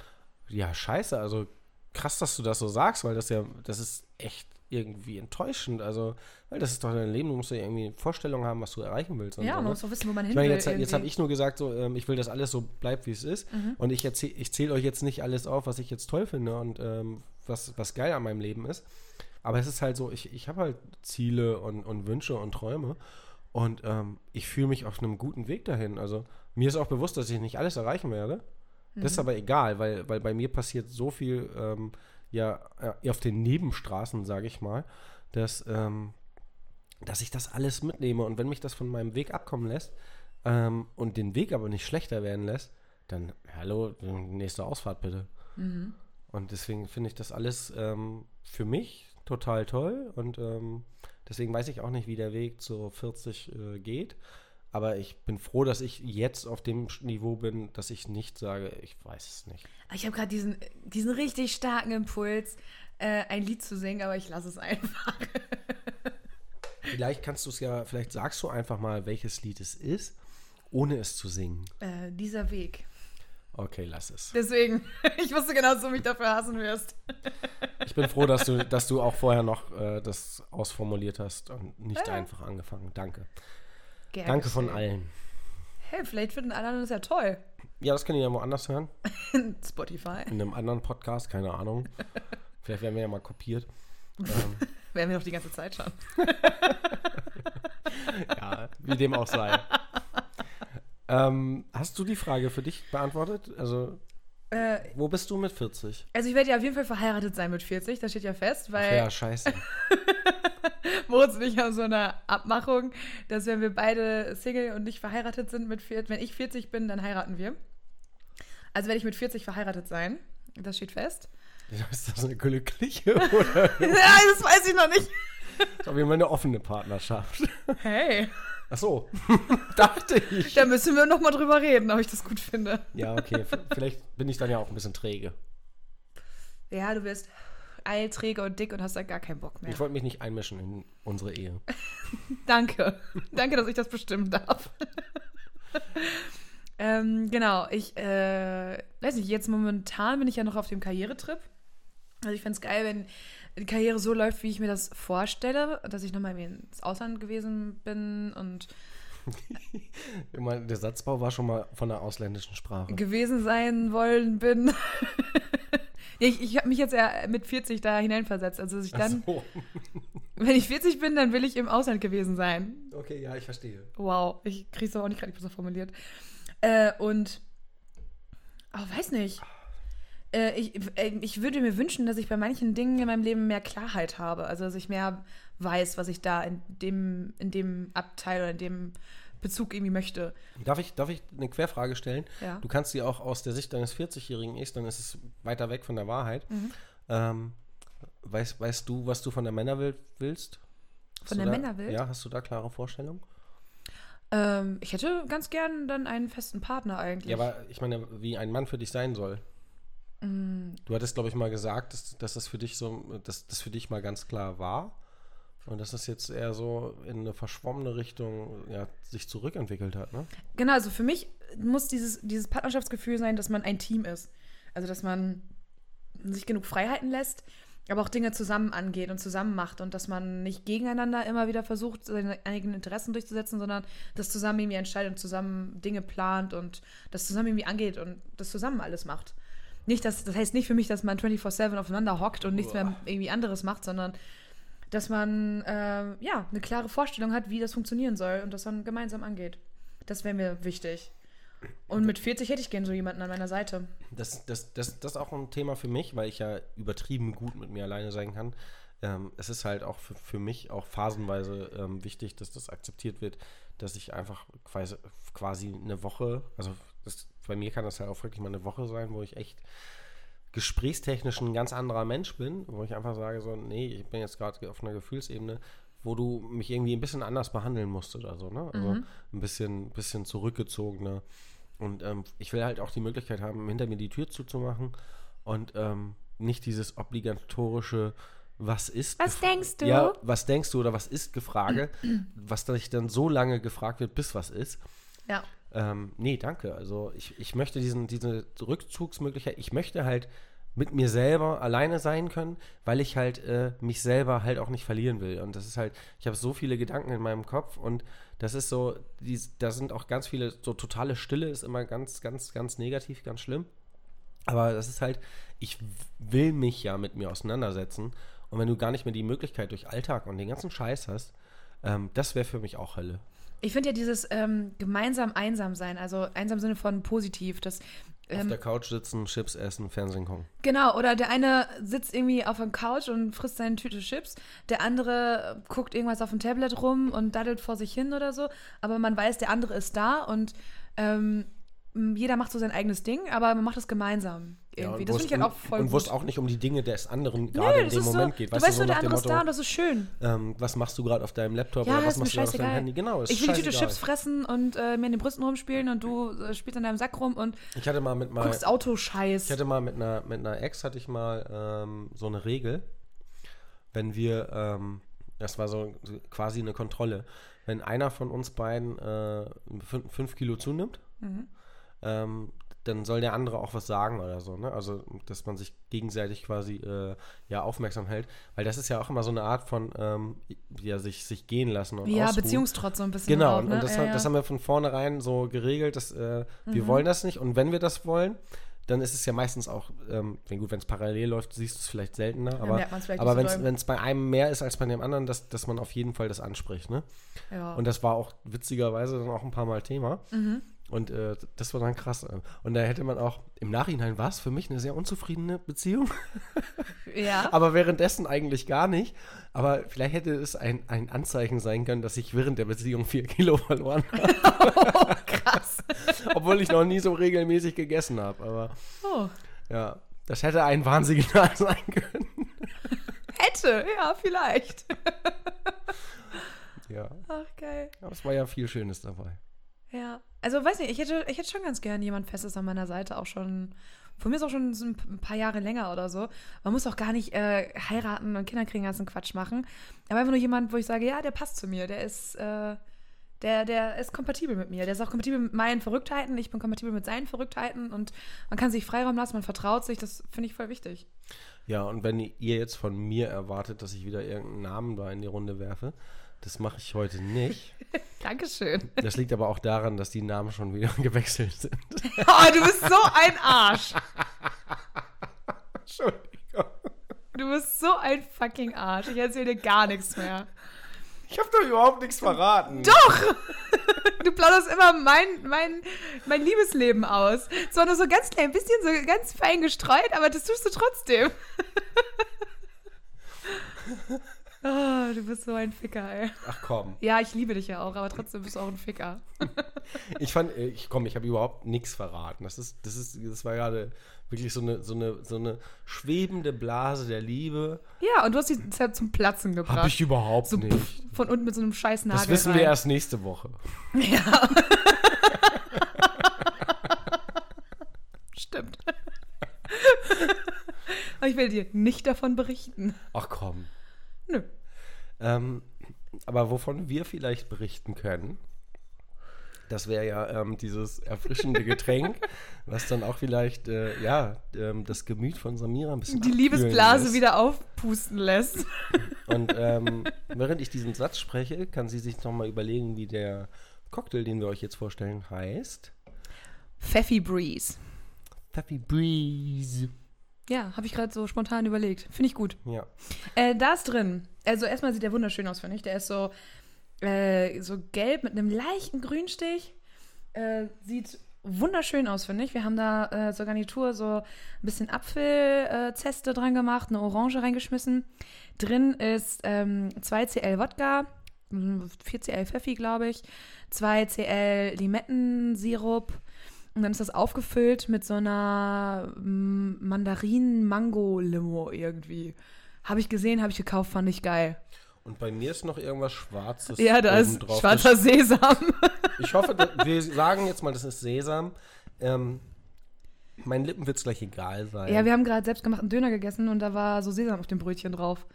Speaker 4: ja, scheiße, also krass, dass du das so sagst, weil das ja, das ist echt irgendwie enttäuschend. Also, weil das ist doch dein Leben, du musst ja irgendwie eine Vorstellung haben, was du erreichen willst. und
Speaker 3: ja,
Speaker 4: so,
Speaker 3: man
Speaker 4: ne?
Speaker 3: muss doch wissen, wo man hin
Speaker 4: Ich meine,
Speaker 3: will.
Speaker 4: jetzt, jetzt
Speaker 3: irgendwie. Mhm.
Speaker 4: habe ich nur gesagt, so, ähm, ich will, dass alles so bleibt, wie es ist. Und ich, erzähl- ich zähle euch jetzt nicht alles auf, was ich jetzt toll finde und ähm, was, was geil an meinem Leben ist. Aber es ist halt so, ich, ich habe halt Ziele und, und Wünsche und Träume. Und ähm, ich fühle mich auf einem guten Weg dahin. Also mir ist auch bewusst, dass ich nicht alles erreichen werde. Das
Speaker 3: Mhm.
Speaker 4: ist aber egal, weil, weil bei mir passiert so viel ähm, ja, äh, auf den Nebenstraßen, sage ich mal, dass, ähm, dass ich das alles mitnehme. Und wenn mich das von meinem Weg abkommen lässt ähm, und den Weg aber nicht schlechter werden lässt, dann, hallo, nächste Ausfahrt bitte. Und deswegen finde ich das alles ähm, für mich total toll. Und ähm, deswegen weiß ich auch nicht, wie der Weg zur 40 äh, geht. Aber ich bin froh, dass ich jetzt auf dem Niveau bin, dass ich nicht sage, ich weiß es nicht.
Speaker 3: Ah, Ich habe gerade diesen, diesen richtig starken Impuls, äh, ein Lied zu singen, aber ich lasse es einfach.
Speaker 4: Vielleicht kannst du es ja, vielleicht sagst du einfach mal, welches Lied es ist, ohne es zu singen.
Speaker 3: Äh, dieser Weg.
Speaker 4: Okay, lass es.
Speaker 3: Deswegen, [laughs] ich wusste genau, dass du mich dafür hassen wirst.
Speaker 4: Ich bin froh, dass du, dass du auch vorher noch äh, das ausformuliert hast und nicht einfach angefangen. Danke.
Speaker 3: Gern
Speaker 4: Danke von
Speaker 3: geschehen.
Speaker 4: allen.
Speaker 3: Hey, vielleicht finden alle das ja toll.
Speaker 4: Ja, das könnt ihr ja woanders hören.
Speaker 3: Spotify.
Speaker 4: In einem anderen Podcast, keine Ahnung. Vielleicht werden wir ja mal kopiert. Ähm,
Speaker 3: Werden wir noch die ganze Zeit schon.
Speaker 4: ja, wie dem auch sei. Ähm, hast du die Frage für dich beantwortet? Also,
Speaker 3: Äh,
Speaker 4: wo bist du mit 40?
Speaker 3: also ich werde ja auf jeden Fall verheiratet sein mit 40, das steht ja fest,
Speaker 4: Ach
Speaker 3: weil
Speaker 4: ja, scheiße.
Speaker 3: [laughs]
Speaker 4: [laughs]
Speaker 3: Moritz und ich haben so eine Abmachung, dass wenn wir beide Single und nicht verheiratet sind mit 40, wenn ich 40 bin, dann heiraten wir. Also werde ich mit 40 verheiratet sein. Das steht fest.
Speaker 4: Ist das eine glückliche oder
Speaker 3: [laughs] Ja, das weiß ich noch nicht.
Speaker 4: ist auf jeden Fall eine offene Partnerschaft?
Speaker 3: Hey,
Speaker 4: Ach so, [laughs] dachte ich.
Speaker 3: [laughs] da müssen wir noch mal drüber reden, ob ich das gut finde.
Speaker 4: Ja, okay, v- vielleicht bin ich dann ja auch ein bisschen träge.
Speaker 3: Ja, du wirst eilträger und dick und hast da gar keinen Bock mehr.
Speaker 4: Ich wollte mich nicht einmischen in unsere Ehe.
Speaker 3: Danke. [laughs] Danke, dass ich das bestimmen darf. [laughs] ähm, genau, ich äh, weiß nicht, jetzt momentan bin ich ja noch auf dem Karrieretrip. Also ich fände es geil, wenn die Karriere so läuft, wie ich mir das vorstelle, dass ich nochmal ins Ausland gewesen bin und
Speaker 4: Immer, der Satzbau war schon mal von der ausländischen Sprache.
Speaker 3: gewesen sein wollen bin. [laughs] Ja, Ich, ich habe mich jetzt ja mit 40 da hineinversetzt. Also, dass ich dann,
Speaker 4: Ach so.
Speaker 3: wenn ich 40 bin, dann will ich im Ausland gewesen sein.
Speaker 4: Okay, ja, ich verstehe.
Speaker 3: Wow, ich krieg's aber auch nicht gerade besser formuliert. Äh, und oh, weiß nicht. Äh, ich, äh, ich würde mir wünschen, dass ich bei manchen Dingen in meinem Leben mehr Klarheit habe. Also dass ich mehr weiß, was ich da in dem, in dem Abteil oder in dem Bezug irgendwie möchte.
Speaker 4: Darf ich, darf ich eine Querfrage stellen?
Speaker 3: Ja.
Speaker 4: Du kannst sie auch aus der Sicht deines 40-jährigen Ichs, dann ist es weiter weg von der Wahrheit.
Speaker 3: Mhm.
Speaker 4: Ähm, weißt, weißt du, was du von der Männerwelt willst? Hast
Speaker 3: Von
Speaker 4: du
Speaker 3: der
Speaker 4: da,
Speaker 3: Männerwelt?
Speaker 4: Ja, hast du da klare Vorstellungen?
Speaker 3: Ähm, ich hätte ganz gern dann einen festen Partner eigentlich.
Speaker 4: Ja, aber ich meine, wie ein Mann für dich sein soll. Du hattest, glaube ich, mal gesagt, dass, dass das für dich so, dass das für dich mal ganz klar war. Und dass das jetzt eher so in eine verschwommene Richtung ja, sich zurückentwickelt hat, ne?
Speaker 3: Genau, also für mich muss dieses, dieses Partnerschaftsgefühl sein, dass man ein Team ist. Also, dass man sich genug Freiheiten lässt, aber auch Dinge zusammen angeht und zusammen macht und dass man nicht gegeneinander immer wieder versucht, seine eigenen Interessen durchzusetzen, sondern das zusammen irgendwie entscheidet und zusammen Dinge plant und das zusammen irgendwie angeht und das zusammen alles macht. Nicht, dass, das heißt nicht für mich, dass man 24-7 aufeinander hockt und nichts mehr
Speaker 4: Boah.
Speaker 3: irgendwie anderes macht, sondern dass man äh, ja eine klare Vorstellung hat, wie das funktionieren soll und das dann gemeinsam angeht. Das wäre mir wichtig. Und mit 40 hätte ich gern so jemanden an meiner Seite.
Speaker 4: Das, das, das, das ist auch ein Thema für mich, weil ich ja übertrieben gut mit mir alleine sein kann. Ähm, es ist halt auch für, für mich auch phasenweise ähm, wichtig, dass das akzeptiert wird, dass ich einfach quasi, quasi eine Woche, also das, bei mir kann das ja auch wirklich mal eine Woche sein, wo ich echt gesprächstechnisch ein ganz anderer Mensch bin, wo ich einfach sage so, nee, ich bin jetzt gerade auf einer Gefühlsebene, wo du mich irgendwie ein bisschen anders behandeln musst oder so, ne? Also
Speaker 3: Mhm.
Speaker 4: ein bisschen, bisschen zurückgezogener. Und ähm, ich will halt auch die Möglichkeit haben, hinter mir die Tür zuzumachen und ähm, nicht dieses obligatorische was ist?
Speaker 3: Was
Speaker 4: Gefra-
Speaker 3: denkst du?
Speaker 4: Ja, was denkst du oder was ist Gefrage, was dass ich dann so lange gefragt wird, bis was ist.
Speaker 3: Ja.
Speaker 4: Ähm, nee, danke. Also ich, ich möchte diesen, diese Rückzugsmöglichkeit, ich möchte halt mit mir selber alleine sein können, weil ich halt äh, mich selber halt auch nicht verlieren will. Und das ist halt, ich habe so viele Gedanken in meinem Kopf und das ist so, die, da sind auch ganz viele, so totale Stille ist immer ganz, ganz, ganz negativ, ganz schlimm. Aber das ist halt, ich w- will mich ja mit mir auseinandersetzen. Und wenn du gar nicht mehr die Möglichkeit durch Alltag und den ganzen Scheiß hast, ähm, das wäre für mich auch Hölle.
Speaker 3: Ich finde ja dieses ähm, gemeinsam einsam sein, also einsam im Sinne von positiv, das
Speaker 4: Auf
Speaker 3: ähm,
Speaker 4: der Couch sitzen, Chips essen, Fernsehen gucken.
Speaker 3: genau, oder der eine sitzt irgendwie auf der Couch und frisst seine Tüte Chips, der andere guckt irgendwas auf dem Tablet rum und daddelt vor sich hin oder so, aber man weiß, der andere ist da und ähm, m, jeder macht so sein eigenes Ding, aber man macht es gemeinsam irgendwie. das finde ich halt auch voll
Speaker 4: Und
Speaker 3: gut.
Speaker 4: wusste auch nicht um die Dinge des anderen gerade in
Speaker 3: das
Speaker 4: dem
Speaker 3: ist
Speaker 4: Moment
Speaker 3: so,
Speaker 4: geht.
Speaker 3: du weißt,
Speaker 4: so
Speaker 3: nur, der
Speaker 4: nach dem
Speaker 3: andere ist da und
Speaker 4: Motto,
Speaker 3: das ist schön.
Speaker 4: ähm, was machst du gerade auf deinem Laptop
Speaker 3: Ja,
Speaker 4: oder was
Speaker 3: ist mir
Speaker 4: machst du gerade auf deinem Handy?
Speaker 3: scheißegal.
Speaker 4: Genau, ist
Speaker 3: ich will die Tüte
Speaker 4: scheißegal.
Speaker 3: Chips fressen und äh, mir in den Brüsten rumspielen und du äh, spielst an deinem Sack rum und
Speaker 4: Ich hatte mal mit meinem
Speaker 3: guckst Autoscheiß.
Speaker 4: Ich hatte mal mit einer, mit einer Ex, hatte ich mal ähm, so eine Regel, wenn wir, ähm, das war so quasi eine Kontrolle, wenn einer von uns beiden äh, fün- fünf Kilo zunimmt, ähm, dann soll der andere auch was sagen oder so, ne? Also, dass man sich gegenseitig quasi äh, ja aufmerksam hält, weil das ist ja auch immer so eine Art von ähm, ja, sich, sich gehen lassen und
Speaker 3: ja,
Speaker 4: ausruhen.
Speaker 3: Beziehungstrotz so ein bisschen.
Speaker 4: Genau,
Speaker 3: auch,
Speaker 4: und-
Speaker 3: ne?
Speaker 4: und das,
Speaker 3: ja,
Speaker 4: haben-
Speaker 3: ja. Mhm.
Speaker 4: das haben wir von vornherein so geregelt, dass äh, wir wollen das nicht. Und wenn wir das wollen, dann ist es ja meistens auch, ähm, wenn gut, wenn es parallel läuft, siehst du es vielleicht seltener, aber,
Speaker 3: merkt man's vielleicht
Speaker 4: aber
Speaker 3: nicht so doll.
Speaker 4: wenn es bei einem mehr ist als bei dem anderen, dass, dass man auf jeden Fall das anspricht. Ne?
Speaker 3: ja.
Speaker 4: Und das war auch witzigerweise dann auch ein paar Mal Thema.
Speaker 3: Mhm.
Speaker 4: Und äh, das war dann krass. Und da hätte man auch, im Nachhinein war es für mich eine sehr unzufriedene Beziehung,
Speaker 3: ja.
Speaker 4: aber währenddessen eigentlich gar nicht. Aber vielleicht hätte es ein, ein Anzeichen sein können, dass ich während der Beziehung vier Kilo verloren habe. [laughs]
Speaker 3: Oh, krass.
Speaker 4: Obwohl ich noch nie so regelmäßig gegessen habe. Aber
Speaker 3: Oh.
Speaker 4: ja, das hätte ein Warnsignal [laughs] sein können.
Speaker 3: Hätte, ja, vielleicht.
Speaker 4: Ja,
Speaker 3: Ach, geil.
Speaker 4: aber es war ja viel Schönes dabei.
Speaker 3: Ja. Also, weiß nicht, ich hätte, ich hätte schon ganz gerne jemand Festes an meiner Seite, auch schon. Von mir ist auch schon so ein p- ein paar Jahre länger oder so. Man muss auch gar nicht äh, heiraten und Kinder kriegen, ganzen Quatsch machen. Aber einfach nur jemand, wo ich sage, ja, der passt zu mir, der ist, äh, der, der ist kompatibel mit mir. Der ist auch kompatibel mit meinen Verrücktheiten, ich bin kompatibel mit seinen Verrücktheiten und man kann sich Freiraum lassen, man vertraut sich, das finde ich voll wichtig.
Speaker 4: Ja, und wenn ihr jetzt von mir erwartet, dass ich wieder irgendeinen Namen da in die Runde werfe, das mache ich heute nicht.
Speaker 3: Dankeschön.
Speaker 4: Das liegt aber auch daran, dass die Namen schon wieder [laughs] gewechselt sind.
Speaker 3: Oh, du bist so ein Arsch.
Speaker 4: Entschuldigung.
Speaker 3: Du bist so ein fucking Arsch. Ich erzähle dir gar nichts mehr.
Speaker 4: Ich habe doch überhaupt nichts verraten.
Speaker 3: Du plauderst immer mein, mein, mein Liebesleben aus. Zwar nur so ganz klein bisschen, so ganz fein gestreut, aber das tust du trotzdem. [laughs] Ah, du bist so ein Ficker, ey.
Speaker 4: Ach komm.
Speaker 3: Ja, ich liebe dich ja auch, aber trotzdem bist du auch ein Ficker.
Speaker 4: Ich fand, äh, ich komm, ich habe überhaupt nichts verraten. Das ist, das ist, das war gerade wirklich so eine, so eine, so eine schwebende Blase der Liebe.
Speaker 3: Ja, und du hast die Zeit zum Platzen gebracht.
Speaker 4: Habe ich überhaupt
Speaker 3: so
Speaker 4: nicht.
Speaker 3: pff, von unten mit so einem scheiß Nagel.
Speaker 4: Das wissen wir
Speaker 3: rein.
Speaker 4: erst nächste Woche.
Speaker 3: Ja. Stimmt. [laughs] Aber ich will dir nicht davon berichten.
Speaker 4: Ach komm.
Speaker 3: Nö.
Speaker 4: Ähm, aber wovon wir vielleicht berichten können, das wäre ja ähm, dieses erfrischende
Speaker 3: [laughs]
Speaker 4: Getränk, was dann auch vielleicht äh, ja ähm, das Gemüt von Samira ein bisschen
Speaker 3: Die
Speaker 4: abkühlen
Speaker 3: Liebesblase
Speaker 4: lässt.
Speaker 3: wieder aufpusten lässt.
Speaker 4: Und ähm, während ich diesen Satz spreche, kann sie sich nochmal überlegen, wie der Cocktail, den wir euch jetzt vorstellen, heißt.
Speaker 3: Pfeffi Breeze.
Speaker 4: Peppi Breeze.
Speaker 3: Ja, habe ich gerade so spontan überlegt. Finde ich gut.
Speaker 4: Ja.
Speaker 3: Äh, da ist drin. Also erstmal sieht der wunderschön aus, finde ich. Der ist so, äh, so gelb mit einem leichten Grünstich. Äh, sieht wunderschön aus, finde ich. Wir haben da äh, zur Garnitur so ein bisschen Apfelzeste äh, Zeste dran gemacht, eine Orange reingeschmissen. Drin ist ähm, 2cl Wodka, mm, 4cl Pfeffi, glaube ich, 2cl Limettensirup. Und dann ist das aufgefüllt mit so einer mm, Mandarinen-Mango-Limo irgendwie. Habe ich gesehen, habe ich gekauft, fand ich geil.
Speaker 4: Und bei mir ist noch irgendwas Schwarzes.
Speaker 3: Ja, da ist
Speaker 4: obendrauf.
Speaker 3: schwarzer Sesam.
Speaker 4: Ich hoffe, da- wir sagen jetzt mal, das ist Sesam. Ähm, meinen Lippen wird es gleich egal sein.
Speaker 3: Ja, wir haben gerade selbstgemachten Döner gegessen und da war so Sesam auf dem Brötchen drauf.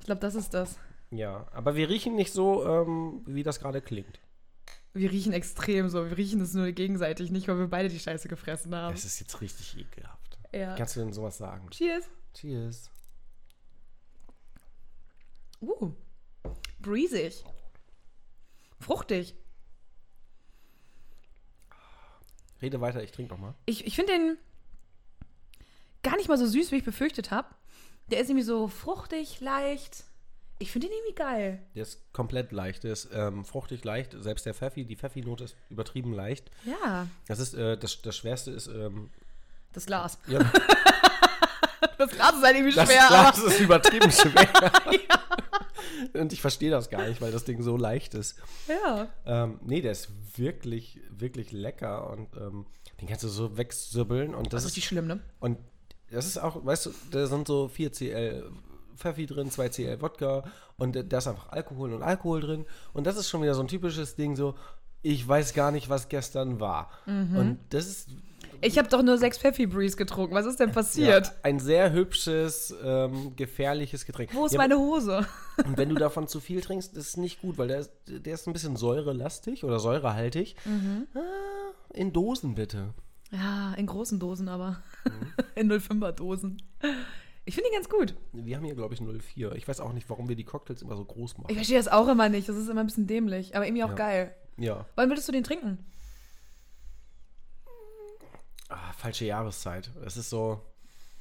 Speaker 3: Ich glaube, das ist das.
Speaker 4: Ja, aber wir riechen nicht so, ähm, wie das gerade klingt.
Speaker 3: Wir riechen extrem so. Wir riechen es nur gegenseitig, nicht weil wir beide die Scheiße gefressen haben.
Speaker 4: Das ist jetzt richtig ekelhaft.
Speaker 3: Ja.
Speaker 4: Kannst du denn sowas sagen?
Speaker 3: Cheers.
Speaker 4: Cheers.
Speaker 3: Uh. Breezig. Fruchtig.
Speaker 4: Rede weiter, ich trinke nochmal.
Speaker 3: Ich, ich finde den gar nicht mal so süß, wie ich befürchtet habe. Der ist irgendwie so fruchtig, leicht. Ich finde den irgendwie geil.
Speaker 4: Der ist komplett leicht, der ist ähm, fruchtig leicht. Selbst der Pfeffi, die Pfeffi-Note ist übertrieben leicht.
Speaker 3: Ja.
Speaker 4: Das ist, äh, das, das Schwerste ist, ähm,
Speaker 3: Das Glas. [laughs]
Speaker 4: ja,
Speaker 3: Das Glas ist halt irgendwie
Speaker 4: das
Speaker 3: schwer.
Speaker 4: Glas ist übertrieben schwer. Und ich verstehe das gar nicht, weil das Ding so leicht ist.
Speaker 3: Ja.
Speaker 4: Ähm, nee, der ist wirklich, wirklich lecker und ähm, den kannst du so wegsibbeln und das
Speaker 3: Das ist
Speaker 4: ist
Speaker 3: nicht schlimm, ne?
Speaker 4: und das ist auch, weißt du, da sind so 4cl Pfeffi drin, 2cl Wodka und da ist einfach Alkohol und Alkohol drin. Und das ist schon wieder so ein typisches Ding, so, ich weiß gar nicht, was gestern war.
Speaker 3: Mhm.
Speaker 4: Und das ist
Speaker 3: Ich habe doch nur sechs Pfeffi Breeze getrunken. Was ist denn
Speaker 4: ja,
Speaker 3: passiert?
Speaker 4: ein sehr hübsches, ähm, gefährliches Getränk.
Speaker 3: Wo ist
Speaker 4: ja,
Speaker 3: meine Hose? [laughs]
Speaker 4: Und wenn du davon zu viel trinkst, ist es nicht gut, weil der ist, der ist ein bisschen säurelastig oder säurehaltig.
Speaker 3: Mhm.
Speaker 4: Ah, In Dosen bitte.
Speaker 3: Ja, in großen Dosen aber.
Speaker 4: Mhm.
Speaker 3: [laughs] In 05er Dosen. Ich finde ihn ganz gut.
Speaker 4: Wir haben hier, glaube ich, 04. Ich weiß auch nicht, warum wir die Cocktails immer so groß
Speaker 3: Ich
Speaker 4: machen.
Speaker 3: verstehe das auch immer nicht. Das ist immer ein bisschen dämlich, aber irgendwie auch
Speaker 4: Ja.
Speaker 3: geil.
Speaker 4: Ja.
Speaker 3: Wann würdest du den trinken?
Speaker 4: Ah, falsche Jahreszeit. Das ist so,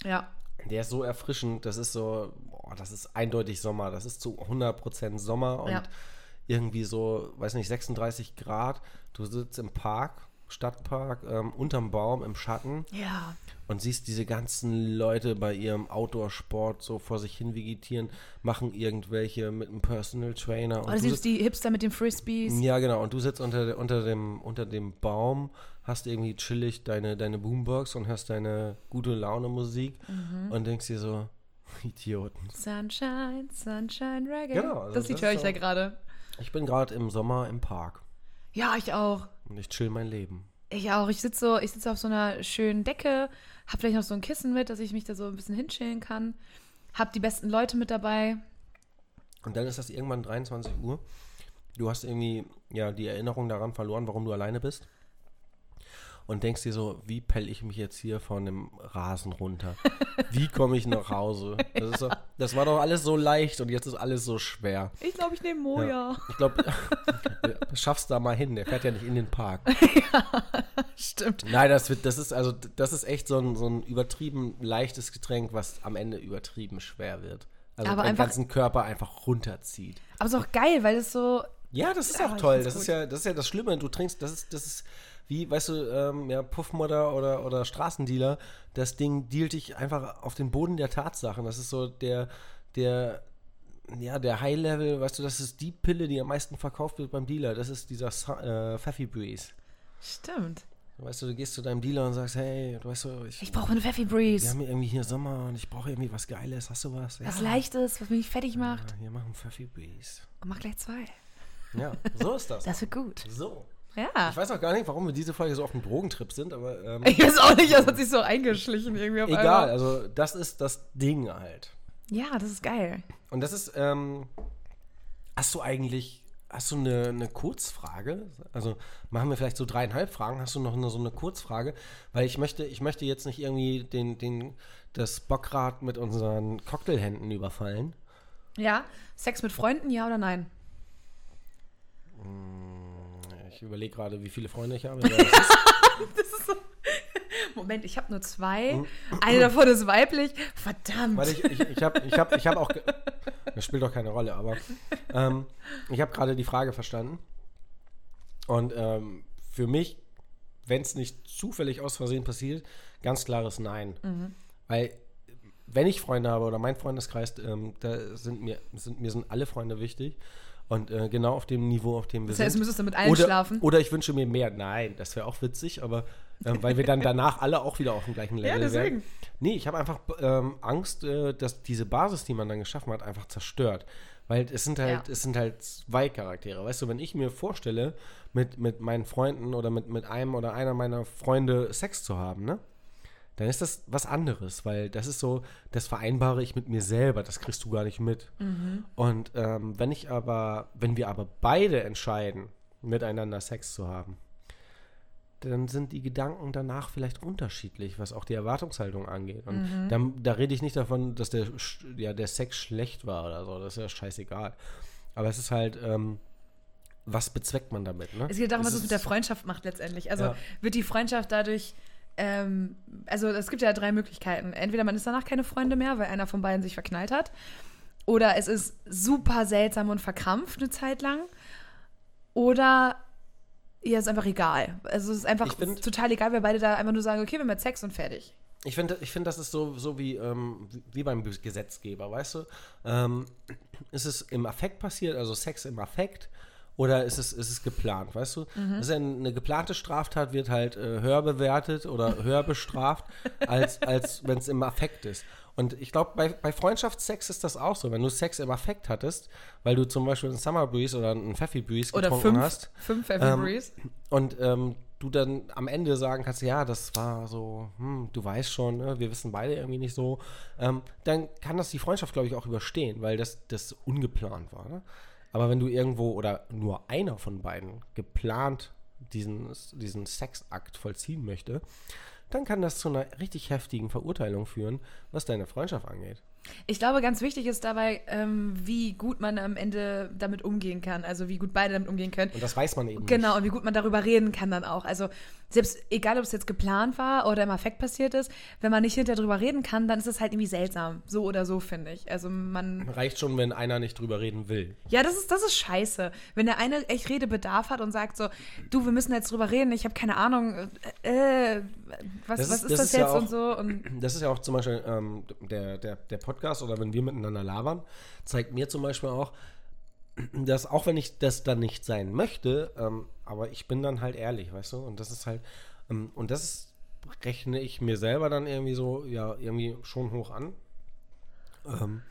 Speaker 3: Ja.
Speaker 4: der ist so erfrischend. Das ist so, boah, das ist eindeutig Sommer. Das ist zu 100% Sommer und
Speaker 3: Ja.
Speaker 4: irgendwie so, weiß nicht, 36 Grad. Du sitzt im Park, Stadtpark, ähm, unterm Baum, im Schatten.
Speaker 3: Ja.
Speaker 4: und siehst diese ganzen Leute bei ihrem Outdoor-Sport so vor sich hin vegetieren, machen irgendwelche mit einem Personal Trainer. Und
Speaker 3: Oder
Speaker 4: du
Speaker 3: siehst du die Hipster mit den Frisbees?
Speaker 4: ja, genau. Und du sitzt unter, unter, dem, unter dem Baum, hast irgendwie chillig deine, deine Boombox und hörst deine gute Laune-Musik und denkst dir so, [laughs] Idioten.
Speaker 3: Sunshine, Sunshine Reggae.
Speaker 4: Genau, also
Speaker 3: das Lied
Speaker 4: das
Speaker 3: höre
Speaker 4: ist
Speaker 3: ich ja
Speaker 4: so-
Speaker 3: gerade.
Speaker 4: Ich bin gerade im Sommer im Park
Speaker 3: Ja, ich auch.
Speaker 4: und ich chill mein Leben.
Speaker 3: Ich auch. Ich sitze so, ich sitze auf so einer schönen Decke, hab vielleicht noch so ein Kissen mit, dass ich mich da so ein bisschen hinschillen kann. Hab die besten Leute mit dabei.
Speaker 4: Und dann ist das irgendwann 23 Uhr. Du hast irgendwie ja die Erinnerung daran verloren, warum du alleine bist. Und denkst dir so, wie pelle ich mich jetzt hier von dem Rasen runter? Wie komme ich nach Hause? Das, ist so, das war doch alles so leicht und jetzt ist alles so schwer.
Speaker 3: Ich glaube, ich nehme Moja.
Speaker 4: Ja. Ich
Speaker 3: [laughs]
Speaker 4: glaube, schaffst da mal hin. Der fährt ja nicht in den
Speaker 3: [laughs]
Speaker 4: Park.
Speaker 3: Stimmt.
Speaker 4: Nein, das wird, das ist also, das ist echt so ein, so ein übertrieben leichtes Getränk, was am Ende übertrieben schwer wird. Also
Speaker 3: Aber
Speaker 4: den
Speaker 3: einfach-
Speaker 4: ganzen Körper einfach runterzieht.
Speaker 3: Aber es ist auch geil, weil es so.
Speaker 4: Ja, das ist
Speaker 3: Ah,
Speaker 4: auch
Speaker 3: ich
Speaker 4: toll.
Speaker 3: find's
Speaker 4: Das
Speaker 3: gut.
Speaker 4: ist ja, das ist ja das Schlimme. Du trinkst, das ist, das ist wie, weißt du, ähm, ja, Puffmodder oder, oder Straßendealer, das Ding dealt dich einfach auf den Boden der Tatsachen. Das ist so der, der, ja, der High Level, weißt du, das ist die Pille, die am meisten verkauft wird beim Dealer. Das ist dieser Sa- äh, Pfeffi Breeze.
Speaker 3: Stimmt.
Speaker 4: Weißt du, du gehst zu deinem Dealer und sagst, hey, weißt du, ich,
Speaker 3: Ich brauche eine Pfeffi
Speaker 4: wir
Speaker 3: Breeze.
Speaker 4: haben irgendwie hier Sommer und ich brauche irgendwie was Geiles. Hast du was?
Speaker 3: Was Leichtes, was mich fertig macht.
Speaker 4: Wir machen Pfeffi Breeze.
Speaker 3: Und mach gleich zwei.
Speaker 4: Ja, so ist das.
Speaker 3: Das wird gut.
Speaker 4: so.
Speaker 3: Ja.
Speaker 4: Ich weiß auch gar nicht, warum wir diese Folge so auf dem Drogentrip sind, aber ähm,
Speaker 3: Ich weiß auch nicht, das hat sich so eingeschlichen irgendwie auf
Speaker 4: egal.
Speaker 3: einmal.
Speaker 4: Also das ist das Ding halt.
Speaker 3: Ja, das ist geil.
Speaker 4: Und das ist, ähm, hast du eigentlich, hast du eine, eine Kurzfrage? Also machen wir vielleicht so dreieinhalb Fragen. Hast du noch eine, so eine Kurzfrage? Weil ich möchte, ich möchte jetzt nicht irgendwie den, den, das Bockrad mit unseren Cocktailhänden überfallen.
Speaker 3: Ja, Sex mit Freunden, ja oder nein?
Speaker 4: Ich überlege gerade, wie viele Freunde ich habe. weil das ist-
Speaker 3: Moment, ich habe nur zwei. Eine davon ist weiblich. Verdammt.
Speaker 4: Warte, Mhm. ich, ich, ich habe ich hab, ich hab auch. ge- Das spielt doch keine Rolle, aber ähm, ich habe gerade die Frage verstanden. Und ähm, für mich, wenn es nicht zufällig aus Versehen passiert, ganz klares Nein.
Speaker 3: Mhm.
Speaker 4: Weil, wenn ich Freunde habe oder mein Freundeskreis, ähm, da sind mir, sind mir sind alle Freunde wichtig. Und äh, genau auf dem Niveau, auf dem wir
Speaker 3: Das heißt, du
Speaker 4: sind.
Speaker 3: müsstest dann mit allen
Speaker 4: oder,
Speaker 3: schlafen?
Speaker 4: Oder ich wünsche mir mehr. Nein, das wäre auch witzig, aber ähm, weil wir dann danach alle auch wieder auf dem gleichen Level
Speaker 3: deswegen.
Speaker 4: wären. Nee, ich habe einfach ähm, Angst, äh, dass diese Basis, die man dann geschaffen hat, einfach zerstört. Weil es sind halt,
Speaker 3: Ja.
Speaker 4: es sind halt zwei Charaktere. Weißt du, wenn ich mir vorstelle, mit, mit meinen Freunden oder mit, mit einem oder einer meiner Freunde Sex zu haben, ne? Dann ist das was anderes, weil das ist so, das vereinbare ich mit mir selber, das kriegst du gar nicht mit.
Speaker 3: Mhm.
Speaker 4: Und ähm, wenn ich aber, wenn wir aber beide entscheiden, miteinander Sex zu haben, dann sind die Gedanken danach vielleicht unterschiedlich, was auch die Erwartungshaltung angeht. Und
Speaker 3: Mhm.
Speaker 4: dann, da rede ich nicht davon, dass der, Sch- ja, der Sex schlecht war oder so, das ist ja scheißegal. Aber es ist halt, ähm, was bezweckt man damit? Ne?
Speaker 3: Es geht darum,
Speaker 4: Es
Speaker 3: was es
Speaker 4: ist-
Speaker 3: mit der Freundschaft macht letztendlich. Also
Speaker 4: Ja.
Speaker 3: wird die Freundschaft dadurch. Ähm, also es gibt ja drei Möglichkeiten. Entweder man ist danach keine Freunde mehr, weil einer von beiden sich verknallt hat. Oder es ist super seltsam und verkrampft eine Zeit lang. Oder ihr ist einfach egal. Also es ist einfach
Speaker 4: Ich find-
Speaker 3: total egal, weil beide da einfach nur sagen, okay, wir haben jetzt Sex und fertig.
Speaker 4: Ich finde, ich find, das ist so, so wie, ähm, wie beim Gesetzgeber, weißt du? Ähm, ist es im Affekt passiert, also Sex im Affekt, oder ist es, ist es geplant, weißt du?
Speaker 3: Mhm.
Speaker 4: Das ist ja eine geplante Straftat wird halt äh, höher bewertet oder höher
Speaker 3: [laughs]
Speaker 4: bestraft, als, als wenn es im Affekt ist. Und ich glaube, bei, bei Freundschaftssex ist das auch so. Wenn du Sex im Affekt hattest, weil du zum Beispiel einen Summer Breeze oder einen Pfeffi Breeze
Speaker 3: Oder
Speaker 4: getrunken
Speaker 3: fünf,
Speaker 4: hast
Speaker 3: fünf
Speaker 4: Ähm,
Speaker 3: Everbreeze.
Speaker 4: und ähm, du dann am Ende sagen kannst, ja, das war so, hm, du weißt schon, ne, wir wissen beide irgendwie nicht so, ähm, dann kann das die Freundschaft, glaube ich, auch überstehen, weil das, das ungeplant war. Ne? Aber wenn du irgendwo oder nur einer von beiden geplant diesen, diesen Sexakt vollziehen möchte, dann kann das zu einer richtig heftigen Verurteilung führen, was deine Freundschaft angeht.
Speaker 3: Ich glaube, ganz wichtig ist dabei, ähm, wie gut man am Ende damit umgehen kann. Also wie gut beide damit umgehen können.
Speaker 4: Und das weiß man eben
Speaker 3: Genau,
Speaker 4: nicht.
Speaker 3: und wie gut man darüber reden kann dann auch. Also selbst, egal ob es jetzt geplant war oder im Affekt passiert ist, wenn man nicht hinterher drüber reden kann, dann ist es halt irgendwie seltsam. So oder so, finde ich. Also man,
Speaker 4: Reicht schon, wenn einer nicht drüber reden will.
Speaker 3: ja, das ist, das ist scheiße. Wenn der eine echt Redebedarf hat und sagt so, du, wir müssen jetzt drüber reden, ich habe keine Ahnung, äh, äh,
Speaker 4: Das
Speaker 3: was,
Speaker 4: ist-
Speaker 3: was ist
Speaker 4: das
Speaker 3: das,
Speaker 4: ist ja
Speaker 3: jetzt
Speaker 4: auch-
Speaker 3: und so. Und
Speaker 4: [clears throat] Das ist ja auch zum Beispiel ähm, der, der, der Podcast oder wenn wir miteinander labern, zeigt mir zum Beispiel auch, [clears throat] dass auch wenn ich das dann nicht sein möchte, ähm, aber ich bin dann halt ehrlich, weißt du? Und das ist halt, ähm, und das ist, rechne ich mir selber dann irgendwie so, ja, irgendwie schon hoch an. Ähm,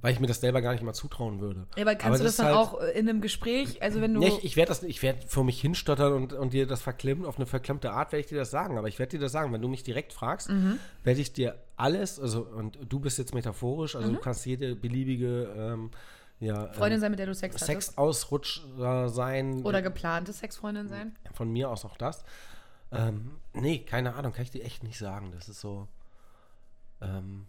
Speaker 4: weil ich mir das selber gar nicht mal zutrauen würde.
Speaker 3: ja, aber kannst du das
Speaker 4: ist
Speaker 3: dann
Speaker 4: halt-
Speaker 3: auch in einem Gespräch, also wenn du...
Speaker 4: ja, ich ich werde ich werd vor mich hinstottern und, und dir das verklemmen, auf eine verklemmte Art werde ich dir das sagen. Aber ich werde dir das sagen, wenn du mich direkt fragst,
Speaker 3: Mhm.
Speaker 4: werde ich dir alles, also und du bist jetzt metaphorisch, also du kannst jede beliebige ähm, ja,
Speaker 3: Mhm. Freundin
Speaker 4: ähm,
Speaker 3: sein, mit der du Sex, hattest.
Speaker 4: Sexausrutscher sein.
Speaker 3: Oder geplante Sexfreundin sein.
Speaker 4: von mir aus auch das. Ähm, nee, keine Ahnung, kann ich dir echt nicht sagen. Das ist so. Ähm,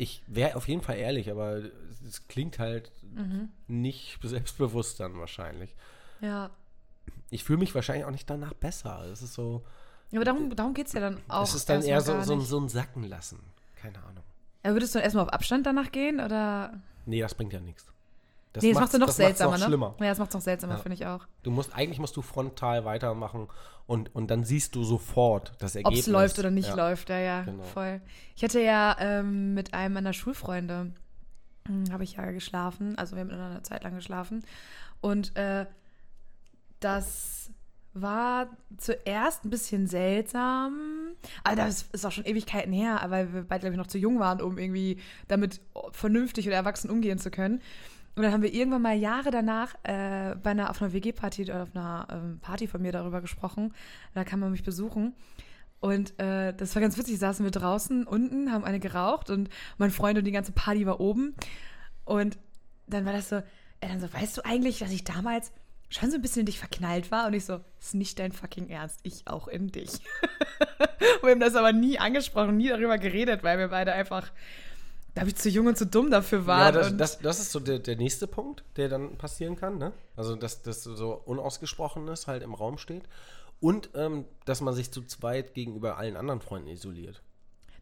Speaker 4: ich wäre auf jeden Fall ehrlich, aber es es klingt halt
Speaker 3: Mhm.
Speaker 4: nicht [laughs] selbstbewusst dann wahrscheinlich
Speaker 3: Ja.
Speaker 4: ich fühle mich wahrscheinlich auch nicht danach besser. Es ist so,
Speaker 3: Aber darum, darum geht es ja dann auch.
Speaker 4: es ist dann
Speaker 3: erstmal
Speaker 4: eher so,
Speaker 3: gar
Speaker 4: so, ein-
Speaker 3: nicht.
Speaker 4: so ein Sacken lassen. Keine Ahnung.
Speaker 3: Ja, würdest du dann erstmal auf Abstand danach gehen? Oder?
Speaker 4: Nee, das bringt ja nichts. Das
Speaker 3: nee, das macht es noch
Speaker 4: das macht's
Speaker 3: seltsamer,
Speaker 4: noch
Speaker 3: ne?
Speaker 4: schlimmer.
Speaker 3: Ja, das macht es noch seltsamer,
Speaker 4: Ja.
Speaker 3: finde ich auch.
Speaker 4: Du musst, eigentlich musst du frontal weitermachen und, und dann siehst du sofort das
Speaker 3: Ob
Speaker 4: Ergebnis.
Speaker 3: es läuft oder nicht
Speaker 4: ja.
Speaker 3: läuft, ja, ja,
Speaker 4: Genau.
Speaker 3: voll. Ich hatte ja ähm, mit einem meiner Schulfreunde, hm, habe ich ja geschlafen, also wir haben miteinander eine Zeit lang geschlafen. Und äh, das war zuerst ein bisschen seltsam, aber das ist auch schon Ewigkeiten her, weil wir beide, glaube ich, noch zu jung waren, um irgendwie damit vernünftig oder erwachsen umgehen zu können. Und dann haben wir irgendwann mal Jahre danach äh, bei einer, auf einer WG-Party oder auf einer ähm, Party von mir darüber gesprochen. Da kam man mich besuchen. Und äh, das war ganz witzig, saßen wir draußen unten, haben eine geraucht und mein Freund und die ganze Party war oben. Und dann war das so, er dann so, weißt du eigentlich, dass ich damals schon so ein bisschen in dich verknallt war? Und ich so, ist nicht dein fucking Ernst, ich auch in dich. [laughs] wir haben das aber nie angesprochen, nie darüber geredet, weil wir beide einfach, da ich zu jung und zu dumm dafür
Speaker 4: Ja, aber
Speaker 3: waren.
Speaker 4: das,
Speaker 3: und
Speaker 4: das, das ist so der, der nächste Punkt, der dann passieren kann. Ne? Also, dass das so Unausgesprochenes halt im Raum steht. Und ähm, dass man sich zu zweit gegenüber allen anderen Freunden isoliert.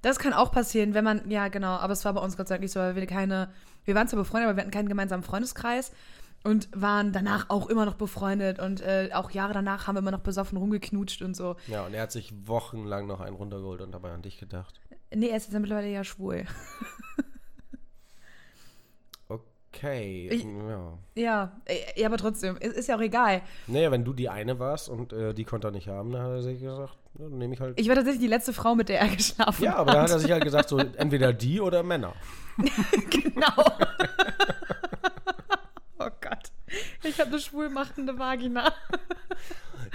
Speaker 3: Das kann auch passieren, wenn man, ja genau, aber es war bei uns Gott sei Dank nicht so, weil wir keine, wir waren zwar befreundet, aber wir hatten keinen gemeinsamen Freundeskreis und waren danach auch immer noch befreundet und äh, auch Jahre danach haben wir immer noch besoffen rumgeknutscht und so.
Speaker 4: Ja, und er hat sich wochenlang noch einen runtergeholt und dabei an dich gedacht.
Speaker 3: Nee, er ist jetzt ja mittlerweile ja schwul.
Speaker 4: Okay, ähm, ja.
Speaker 3: Ich- Ja, äh, ja aber trotzdem, ist, ist ja auch egal.
Speaker 4: Naja, wenn du die eine warst und äh, die konnte er nicht haben, dann hat er sich gesagt, ja, dann nehme ich halt.
Speaker 3: Ich war tatsächlich die letzte Frau, mit der er [laughs] geschlafen
Speaker 4: ja, aber dann hat er sich halt gesagt, [laughs] so entweder die oder Männer.
Speaker 3: genau. [laughs] oh Gott, ich habe eine schwulmachende Vagina.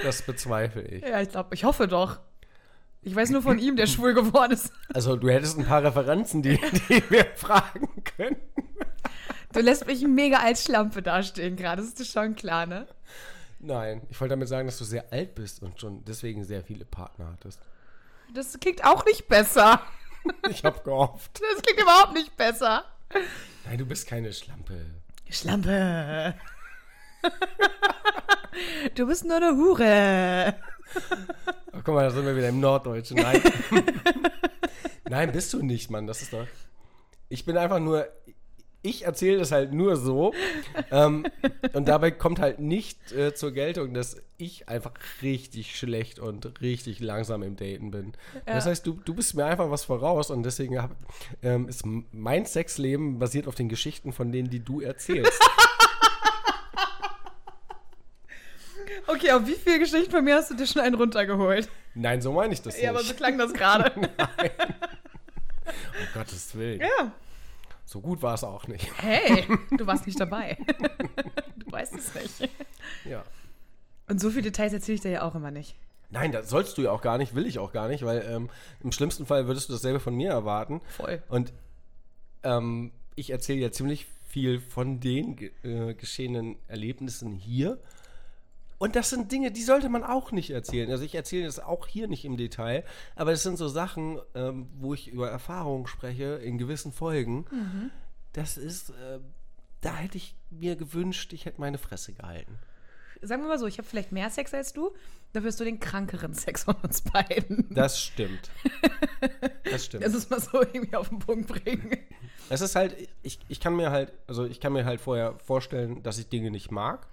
Speaker 4: Das bezweifle ich.
Speaker 3: Ja, ich glaube, ich hoffe doch. Ich weiß nur von ihm, der schwul geworden ist.
Speaker 4: Also du hättest ein paar Referenzen, die, [laughs] die wir fragen können.
Speaker 3: Du lässt mich mega als Schlampe dastehen gerade, das ist schon klar, ne?
Speaker 4: Nein, ich wollte damit sagen, dass du sehr alt bist und schon deswegen sehr viele Partner hattest.
Speaker 3: Das klingt auch nicht besser.
Speaker 4: Ich habe gehofft.
Speaker 3: Das klingt überhaupt nicht besser.
Speaker 4: Nein, du bist keine Schlampe.
Speaker 3: Schlampe. [laughs] Du bist nur eine Hure.
Speaker 4: Oh, guck mal, da sind wir wieder im Norddeutschen.
Speaker 3: [laughs]
Speaker 4: Nein. Nein, bist du nicht, Mann. Das ist doch. Ich bin einfach nur. ich erzähle das halt nur so. ähm, und dabei kommt halt nicht äh, zur Geltung, dass ich einfach richtig schlecht und richtig langsam im Daten bin. Das heißt, du, du bist mir einfach was voraus und deswegen hab, ähm, ist m- mein Sexleben basiert auf den Geschichten von denen, die du erzählst.
Speaker 3: [laughs] Okay, auf wie viele Geschichten von mir hast du dir schon einen runtergeholt?
Speaker 4: Nein, so meine ich das
Speaker 3: Ja, aber so
Speaker 4: nicht.
Speaker 3: klang das [laughs] gerade.
Speaker 4: Um Gottes Willen.
Speaker 3: ja.
Speaker 4: So gut war es auch
Speaker 3: [laughs]
Speaker 4: nicht.
Speaker 3: Hey, du warst nicht dabei. [laughs] du weißt es nicht.
Speaker 4: Ja.
Speaker 3: Und so viele Details erzähle ich dir ja auch immer nicht.
Speaker 4: Nein, das sollst du ja auch gar nicht, will ich auch gar nicht, weil ähm, im schlimmsten Fall würdest du dasselbe von mir erwarten.
Speaker 3: Voll.
Speaker 4: Und ähm, ich erzähle ja ziemlich viel von den ge- äh, geschehenen Erlebnissen hier. Und das sind Dinge, die sollte man auch nicht erzählen. Also ich erzähle das auch hier nicht im Detail, aber das sind so Sachen, ähm, wo ich über Erfahrungen spreche in gewissen Folgen. Das ist, äh, da hätte ich mir gewünscht, ich hätte meine Fresse gehalten.
Speaker 3: Sagen wir mal so, ich habe vielleicht mehr Sex als du, dafür hast du den krankeren Sex von uns beiden.
Speaker 4: Das stimmt. Das stimmt.
Speaker 3: Das ist mal so irgendwie auf den Punkt bringen.
Speaker 4: Es ist halt, ich, ich kann mir halt, also ich kann mir halt vorher vorstellen, dass ich Dinge nicht mag.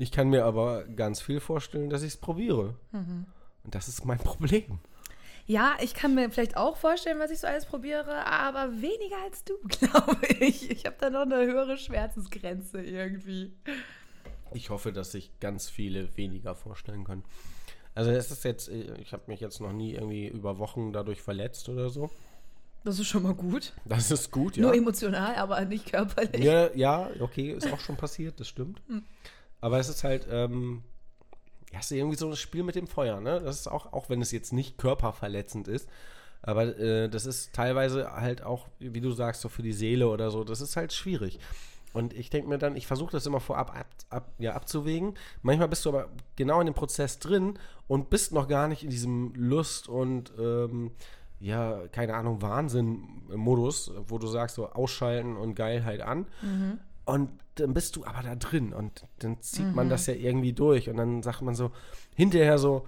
Speaker 4: Ich kann mir aber ganz viel vorstellen, dass ich es probiere. Und das ist mein [laughs] Problem.
Speaker 3: Ja, ich kann mir vielleicht auch vorstellen, was ich so alles probiere, aber weniger als du, [laughs] glaube ich. Ich habe da noch eine höhere Schmerzensgrenze irgendwie.
Speaker 4: Ich hoffe, dass sich ganz viele weniger vorstellen können. Also es ist jetzt, äh, ich habe mich jetzt noch nie irgendwie über Wochen dadurch verletzt oder so.
Speaker 3: Das ist schon mal gut.
Speaker 4: Das ist gut, ja.
Speaker 3: Nur emotional, aber nicht körperlich.
Speaker 4: ja, ja, okay, ist auch schon passiert, das stimmt. Aber es ist halt, ähm, ja, es ist irgendwie so ein Spiel mit dem Feuer, ne? Das ist auch, auch wenn es jetzt nicht körperverletzend ist, aber äh, das ist teilweise halt auch, wie du sagst, so für die Seele oder so, das ist halt schwierig. Und ich denke mir dann, ich versuche das immer vorab ab, ab, ja, abzuwägen. Manchmal bist du aber genau in dem Prozess drin und bist noch gar nicht in diesem Lust und ähm, ja, keine Ahnung, Wahnsinn-Modus, wo du sagst, so ausschalten und Geilheit an. Und dann bist du aber da drin und dann zieht man
Speaker 3: Mhm.
Speaker 4: das ja irgendwie durch und dann sagt man so hinterher so,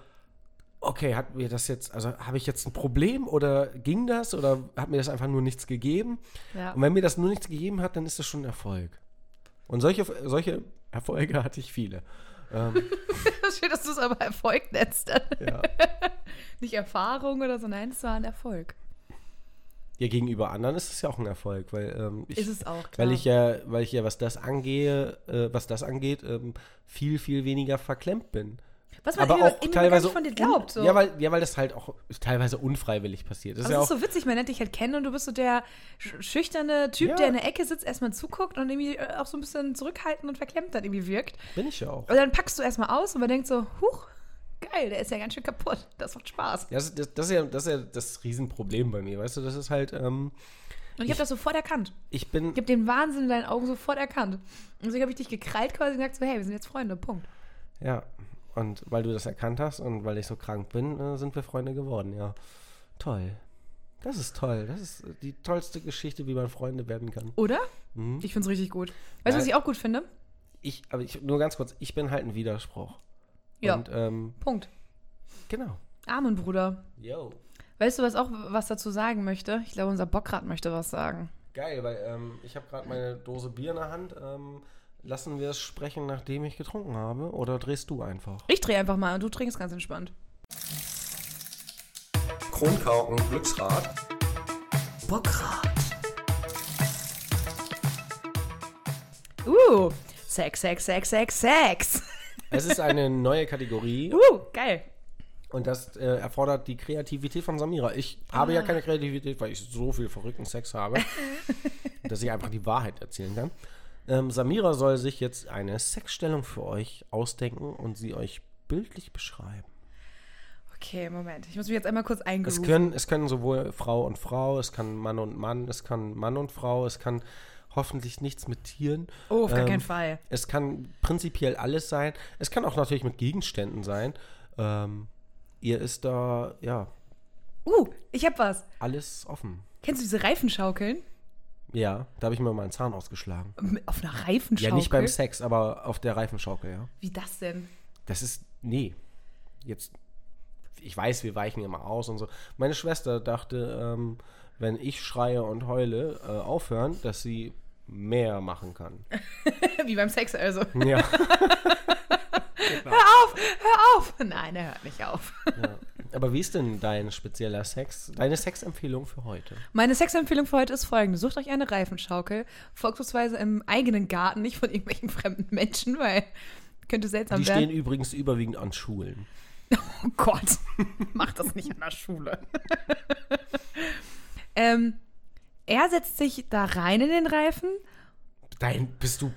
Speaker 4: okay, hat mir das jetzt, also habe ich jetzt ein Problem oder ging das oder hat mir das einfach nur nichts gegeben?
Speaker 3: Ja.
Speaker 4: Und wenn mir das nur nichts gegeben hat, dann ist das schon ein Erfolg. Und solche, solche Erfolge hatte ich viele. Ähm,
Speaker 3: [laughs] Schön, dass du es aber Erfolg nennst.
Speaker 4: ja.
Speaker 3: [laughs] Nicht Erfahrung oder so, nein, es war ein Erfolg.
Speaker 4: ja, gegenüber anderen ist es ja auch ein Erfolg, weil ähm, ich,
Speaker 3: Ist es auch, klar.
Speaker 4: weil ich ja, weil ich ja, was das angehe, äh, was das angeht, ähm, viel, viel weniger verklemmt bin.
Speaker 3: Was man
Speaker 4: aber
Speaker 3: irgendwie-
Speaker 4: auch
Speaker 3: irgendwie
Speaker 4: teilweise
Speaker 3: gar nicht von dir
Speaker 4: un-
Speaker 3: glaubt. So.
Speaker 4: Ja, weil, ja, weil das halt auch teilweise unfreiwillig passiert. Das
Speaker 3: aber
Speaker 4: ist ja
Speaker 3: es
Speaker 4: auch,
Speaker 3: ist so witzig, man lernt dich halt kennen und du bist so der sch- schüchterne Typ,
Speaker 4: Ja.
Speaker 3: der in der Ecke sitzt, erstmal zuguckt und irgendwie äh, auch so ein bisschen zurückhaltend und verklemmt dann irgendwie wirkt.
Speaker 4: bin ich ja auch.
Speaker 3: Und dann packst du erstmal aus und man denkt so, huch, geil, der ist ja ganz schön kaputt. Das macht Spaß.
Speaker 4: Das, das, das, ist ja, das ist ja das Riesenproblem bei mir, weißt du? Das ist halt, ähm,
Speaker 3: Und ich habe das sofort erkannt.
Speaker 4: ich bin,
Speaker 3: Ich habe den Wahnsinn in deinen Augen sofort erkannt. Und deswegen habe ich dich gekrallt quasi und gesagt so, hey, wir sind jetzt Freunde, Punkt.
Speaker 4: ja, und weil du das erkannt hast und weil ich so krank bin, äh, sind wir Freunde geworden, ja. Toll. Das ist toll. Das ist äh, die tollste Geschichte, wie man Freunde werden kann.
Speaker 3: Oder? Ich finde es richtig gut. Weißt du, was
Speaker 4: Mhm. Ja.
Speaker 3: ich auch gut finde?
Speaker 4: Ich, aber ich, nur ganz kurz, ich bin halt ein Widerspruch.
Speaker 3: Ja.
Speaker 4: Und, ähm,
Speaker 3: Punkt.
Speaker 4: genau.
Speaker 3: Amen, Bruder.
Speaker 4: Yo.
Speaker 3: Weißt du, was auch was dazu sagen möchte? Ich glaube, unser Bockrad möchte was sagen.
Speaker 4: Geil, weil ähm, ich habe gerade meine Dose Bier in der Hand. Ähm, lassen wir es sprechen, nachdem ich getrunken habe? Oder drehst du einfach?
Speaker 3: Ich drehe einfach mal und du trinkst ganz entspannt.
Speaker 4: Kronkauken, Glücksrad.
Speaker 3: Bockrad. Uh, Sex, Sex, Sex, Sex, Sex.
Speaker 4: Es ist eine neue Kategorie
Speaker 3: Uh, geil.
Speaker 4: und das äh, erfordert die Kreativität von Samira. Ich habe ja keine Kreativität, weil ich so viel verrückten Sex habe, dass ich einfach die Wahrheit erzählen kann. Ähm, Samira soll sich jetzt eine Sexstellung für euch ausdenken und sie euch bildlich beschreiben.
Speaker 3: Okay, Moment. Ich muss mich jetzt einmal kurz
Speaker 4: Es
Speaker 3: eingrooven.
Speaker 4: können, es können sowohl Frau und Frau, es kann Mann und Mann, es kann Mann und Frau, es kann hoffentlich nichts mit Tieren. Ähm,
Speaker 3: Oh, auf gar keinen Fall.
Speaker 4: Es kann prinzipiell alles sein. Es kann auch natürlich mit Gegenständen sein. Ähm, ihr ist da, ja,
Speaker 3: Uh, ich hab was.
Speaker 4: alles offen.
Speaker 3: Kennst du diese Reifenschaukeln?
Speaker 4: Ja, da habe ich mir mal einen Zahn ausgeschlagen.
Speaker 3: M- Auf einer Reifenschaukel?
Speaker 4: Ja, nicht beim Sex, aber auf der Reifenschaukel, ja.
Speaker 3: Wie das denn? [laughs]
Speaker 4: Das ist, nee. Jetzt, ich weiß, wir weichen immer aus und so. Meine Schwester dachte, ähm, wenn ich schreie und heule, äh, aufhören, dass sie mehr machen
Speaker 3: [laughs]
Speaker 4: kann.
Speaker 3: Wie beim Sex also.
Speaker 4: Ja. Genau.
Speaker 3: Hör auf, hör auf. Nein, er hört nicht auf.
Speaker 4: Aber wie ist denn dein spezieller Sex, deine Sexempfehlung für heute?
Speaker 3: Meine Sexempfehlung für heute ist folgende. Sucht euch eine Reifenschaukel, vorzugsweise im eigenen Garten, nicht von irgendwelchen [laughs] fremden Menschen, weil könnte seltsam
Speaker 4: Die
Speaker 3: werden.
Speaker 4: stehen übrigens überwiegend an Schulen.
Speaker 3: Oh Gott, [laughs] mach das nicht an der Schule. [laughs] ähm, er setzt sich da rein in den Reifen.
Speaker 4: Dein, bist du.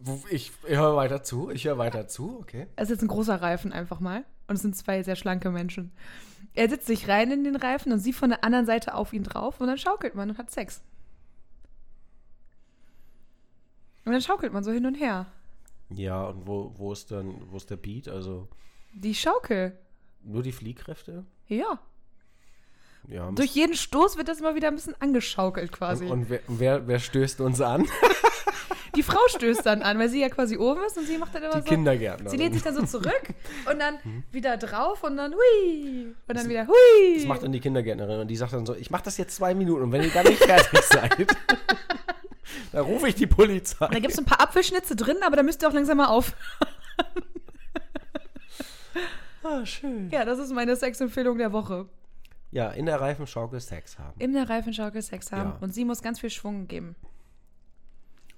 Speaker 4: wo- Ich höre weiter zu, ich höre weiter zu, okay.
Speaker 3: Es ist jetzt ein großer Reifen einfach mal. Und es sind zwei sehr schlanke Menschen. Er setzt sich rein in den Reifen und sie von der anderen Seite auf ihn drauf und dann schaukelt man und hat Sex. Und dann schaukelt man so hin und her.
Speaker 4: Ja, und wo, wo ist dann, wo ist der Beat? Also
Speaker 3: Die Schaukel.
Speaker 4: nur die Fliehkräfte?
Speaker 3: Ja.
Speaker 4: Ja,
Speaker 3: Durch jeden Stoß wird das immer wieder ein bisschen angeschaukelt quasi.
Speaker 4: und, und wer, wer, wer stößt uns an?
Speaker 3: Die Frau stößt dann an, weil sie ja quasi oben ist und sie macht dann immer
Speaker 4: Die
Speaker 3: so.
Speaker 4: Kindergärtnerin.
Speaker 3: Also, Sie lehnt sich dann
Speaker 4: [laughs]
Speaker 3: so zurück und dann wieder drauf und dann hui und dann wieder hui.
Speaker 4: Das macht dann die Kindergärtnerin und die sagt dann so, ich mache das jetzt zwei Minuten und wenn ihr dann nicht fertig
Speaker 3: [laughs]
Speaker 4: seid, [laughs] dann rufe ich die
Speaker 3: da
Speaker 4: Polizei.
Speaker 3: gibt es ein paar Apfelschnitze drin, aber da müsst ihr auch langsam mal auf. [laughs]
Speaker 4: Ah, schön.
Speaker 3: Ja, das ist meine Sexempfehlung der Woche.
Speaker 4: Ja, in der Reifenschaukel Sex haben.
Speaker 3: In der Reifenschaukel Sex haben
Speaker 4: Ja.
Speaker 3: und sie muss ganz viel Schwung geben.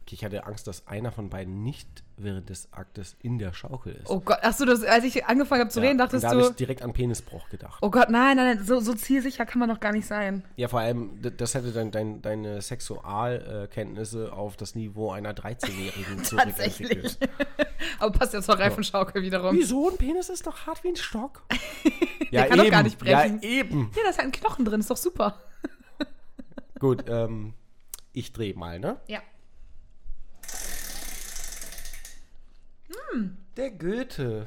Speaker 4: Okay, ich hatte Angst, dass einer von beiden nicht während des Aktes in der Schaukel ist.
Speaker 3: Oh Gott, ach so, das, als ich angefangen habe zu
Speaker 4: Ja,
Speaker 3: reden,
Speaker 4: und
Speaker 3: dachtest
Speaker 4: da
Speaker 3: du,
Speaker 4: habe ich direkt an Penisbruch gedacht.
Speaker 3: oh Gott, nein, nein, nein, so, so zielsicher kann man doch gar nicht sein.
Speaker 4: Ja, vor allem, d- das hätte dann dein, deine Sexualkenntnisse auf das Niveau einer
Speaker 3: [laughs]
Speaker 4: 13-Jährigen zurückentwickelt.
Speaker 3: Aber passt jetzt zur Reifenschaukel wiederum.
Speaker 4: Wieso? Ein Penis ist doch hart wie ein
Speaker 3: [laughs]
Speaker 4: Stock. ja,
Speaker 3: kann doch gar nicht brechen.
Speaker 4: Ja, eben.
Speaker 3: Ja, da ist halt ein Knochen drin, ist doch super.
Speaker 4: Gut, ähm, ich drehe mal, ne?
Speaker 3: Ja.
Speaker 4: Der Goethe.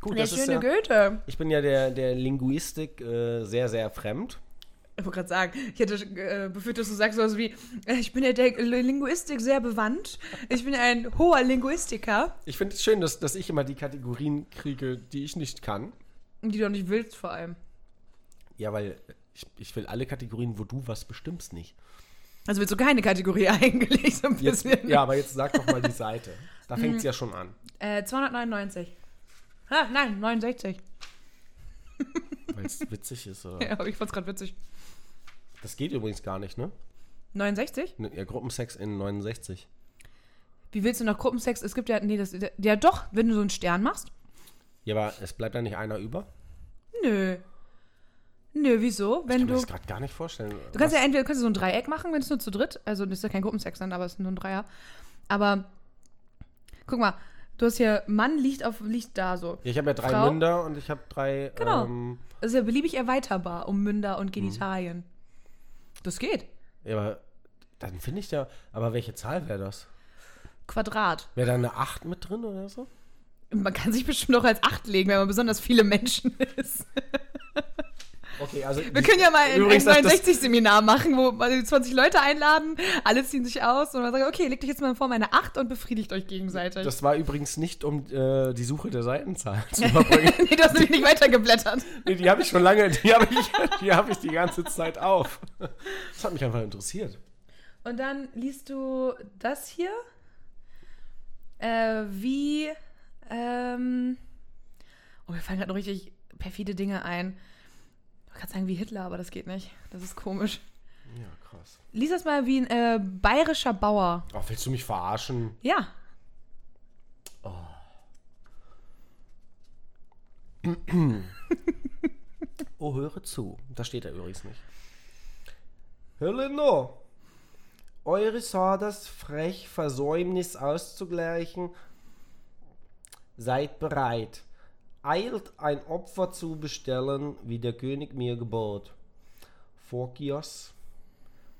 Speaker 4: Gut,
Speaker 3: Der
Speaker 4: das ist
Speaker 3: schöne
Speaker 4: ja,
Speaker 3: Goethe.
Speaker 4: Ich bin ja der, der Linguistik äh, sehr, sehr fremd.
Speaker 3: Ich wollte gerade sagen, ich hätte äh, befürchtet, dass du sagst sowas wie, äh, ich bin in der Linguistik sehr bewandt, ich bin ein hoher Linguistiker,
Speaker 4: Ich finde es schön, dass, dass ich immer die Kategorien kriege, die ich nicht kann.
Speaker 3: die du auch nicht willst vor allem.
Speaker 4: Ja, weil ich, ich will alle Kategorien, wo du was bestimmst,
Speaker 3: [laughs]
Speaker 4: nicht.
Speaker 3: Also willst du keine Kategorie [laughs] eigentlich, so ein
Speaker 4: Jetzt,
Speaker 3: bisschen.
Speaker 4: ja, aber jetzt sag doch mal die Seite.
Speaker 3: [laughs]
Speaker 4: Da fängt es ja schon an.
Speaker 3: Äh, 299. Ah, nein, 69.
Speaker 4: Weil es witzig ist, oder?
Speaker 3: [laughs] Ja, aber ich fand's gerade witzig.
Speaker 4: Das geht übrigens gar nicht, ne?
Speaker 3: 69?
Speaker 4: Ne, Ja, Gruppensex in 69.
Speaker 3: Wie willst du noch Gruppensex? Es gibt ja, nee, das, ja doch, wenn du so einen Stern machst.
Speaker 4: Ja, aber es bleibt da nicht einer über?
Speaker 3: Nö. Nö, wieso?
Speaker 4: Ich
Speaker 3: Wenn
Speaker 4: kann mir
Speaker 3: du...
Speaker 4: das gerade gar nicht vorstellen.
Speaker 3: Du kannst ja entweder kannst du so ein Dreieck machen, wenn es nur zu dritt, also das ist ja kein Gruppensex dann, aber es ist nur ein Dreier. Aber guck mal, du hast hier Mann liegt auf liegt da so.
Speaker 4: ich habe ja drei
Speaker 3: Frau?
Speaker 4: Münder und ich habe drei.
Speaker 3: Genau.
Speaker 4: Ähm,
Speaker 3: Das ist ja beliebig erweiterbar um Münder
Speaker 4: Mhm.
Speaker 3: und Genitalien. Das geht.
Speaker 4: ja, aber dann finde ich ja. Aber welche Zahl wäre das?
Speaker 3: Quadrat.
Speaker 4: Wäre da eine 8 mit drin oder so?
Speaker 3: Man kann sich bestimmt auch als acht legen, wenn man besonders viele Menschen [laughs] ist.
Speaker 4: Okay, also.
Speaker 3: Wir können ja mal ein
Speaker 4: Übrigens, das- das-
Speaker 3: 69 Seminar machen, wo wir 20 Leute einladen, alle ziehen sich aus und man sagt, okay, legt euch jetzt mal in Form einer acht und befriedigt euch gegenseitig.
Speaker 4: Das war übrigens nicht, um äh, die Suche der Seitenzahl zu überbringen.
Speaker 3: [laughs] nee, du hast nämlich nicht weitergeblättert.
Speaker 4: nee, die habe ich schon lange, die habe ich, die habe ich die ganze Zeit auf. Das hat mich einfach interessiert.
Speaker 3: Und dann liest du das hier. Äh, wie. Ähm, oh, mir fallen gerade noch richtig perfide Dinge ein. Ich wollte gerade sagen, wie Hitler, aber das geht nicht. Das ist komisch.
Speaker 4: Ja, krass.
Speaker 3: Lies das mal wie ein äh, bayerischer Bauer.
Speaker 4: Oh, willst du mich verarschen?
Speaker 3: Ja.
Speaker 4: Oh, höre zu. Da steht er übrigens nicht. Helena, eures Haders frech Versäumnis auszugleichen, seid bereit. Eilt ein Opfer zu bestellen, wie der König mir gebot. Forkias,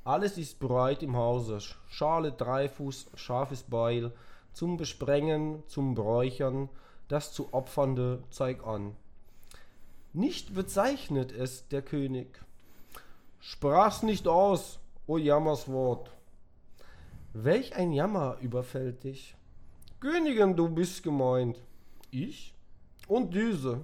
Speaker 4: alles ist bereit im Hause. Schale, Dreifuß, scharfes Beil, zum Besprengen, zum Bräuchern, das zu Opfernde zeig an. Nicht bezeichnet es der König. Sprach's nicht aus, o Jammerswort. Welch ein Jammer überfällt dich. Königin, du bist gemeint. Ich? Und diese.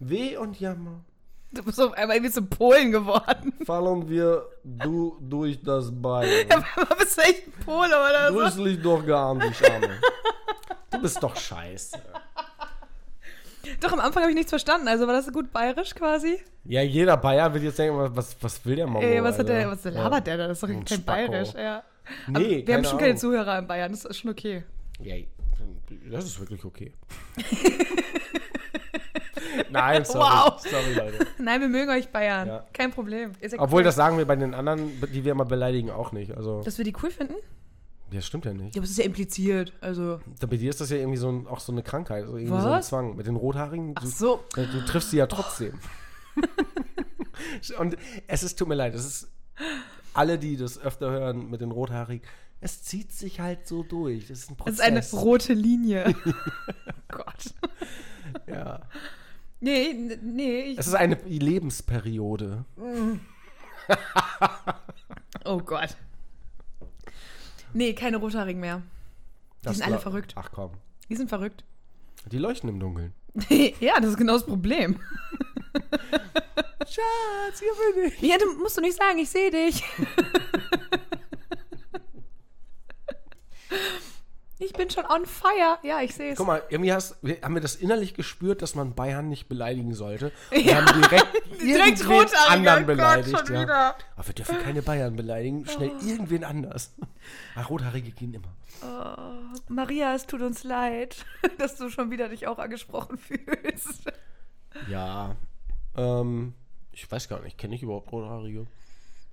Speaker 4: Weh und Jammer.
Speaker 3: Du bist auf einmal irgendwie zum Polen geworden. [laughs]
Speaker 4: Fallen wir du durch das Bein.
Speaker 3: Aber bist du echt ein Pole oder so?
Speaker 4: Grüßlich doch geahmt, die Schame.
Speaker 5: Du bist doch scheiße.
Speaker 3: Doch, am Anfang habe ich nichts verstanden. Also war das gut bayerisch quasi?
Speaker 4: Ja, jeder Bayer wird jetzt denken, was, was will der Mann?
Speaker 3: Ey, was hat der, was labert der da? Das ist doch kein
Speaker 4: Oh, Spacko.
Speaker 3: bayerisch, ja.
Speaker 4: Nee,
Speaker 3: Aber wir haben
Speaker 4: keine
Speaker 3: schon keine
Speaker 4: Ahnung.
Speaker 3: Zuhörer in Bayern, das ist schon okay.
Speaker 5: Ja, das ist wirklich
Speaker 3: [laughs]
Speaker 5: okay.
Speaker 4: Nein, sorry.
Speaker 3: Wow.
Speaker 4: Sorry, Leute.
Speaker 3: Nein, wir mögen euch Bayern.
Speaker 4: Ja.
Speaker 3: Kein Problem. Ihr seid
Speaker 4: Obwohl,
Speaker 3: cool.
Speaker 4: das sagen wir bei den anderen, die wir immer beleidigen, auch nicht. Also,
Speaker 3: Dass wir die cool finden?
Speaker 4: das stimmt ja nicht.
Speaker 3: Ja, aber es ist ja impliziert. Also.
Speaker 4: Bei dir ist das ja irgendwie so ein, auch so eine Krankheit, also irgendwie so ein
Speaker 3: Was?
Speaker 4: Zwang. Mit den Rothaarigen, du,
Speaker 3: So.
Speaker 4: du triffst sie ja trotzdem. Und es ist, tut mir leid, es ist, alle, die das öfter hören mit den Rothaarigen, es zieht sich halt so durch. Das ist ein
Speaker 3: Das
Speaker 4: Prozess.
Speaker 3: ist eine
Speaker 4: [laughs]
Speaker 3: rote Linie. Gott.
Speaker 4: ja.
Speaker 3: Nee, n- nee. Ich,
Speaker 4: Es ist eine Lebensperiode.
Speaker 3: oh Gott. Nee, keine Rothaarigen mehr.
Speaker 4: Das
Speaker 3: sind alle
Speaker 4: glaub-
Speaker 3: verrückt.
Speaker 4: Ach komm.
Speaker 3: Die sind verrückt. [laughs]
Speaker 4: Die leuchten im Dunkeln.
Speaker 3: ja, das ist genau das Problem.
Speaker 4: Schatz, hier bin ich.
Speaker 3: Ja, du musst du nicht sagen, ich sehe [laughs] dich. ich bin schon on fire. Ja, ich sehe es.
Speaker 4: Guck mal, irgendwie hast, wir- haben wir das innerlich gespürt, dass man Bayern nicht beleidigen sollte. Wir
Speaker 3: Ja.
Speaker 4: haben direkt,
Speaker 3: [laughs] Direkt
Speaker 4: irgendwen
Speaker 3: Rothaarige,
Speaker 4: anderen
Speaker 3: Gott,
Speaker 4: beleidigt.
Speaker 3: schon
Speaker 4: ja.
Speaker 3: wieder. Oh.
Speaker 4: Aber wir dürfen keine Bayern beleidigen, schnell irgendwen anders. Ach, Rothaarige gehen immer.
Speaker 3: Maria, es tut uns leid, [laughs] dass du schon wieder dich auch angesprochen fühlst.
Speaker 4: Ja. Ähm, ich weiß gar nicht, kenne ich überhaupt Rothaarige?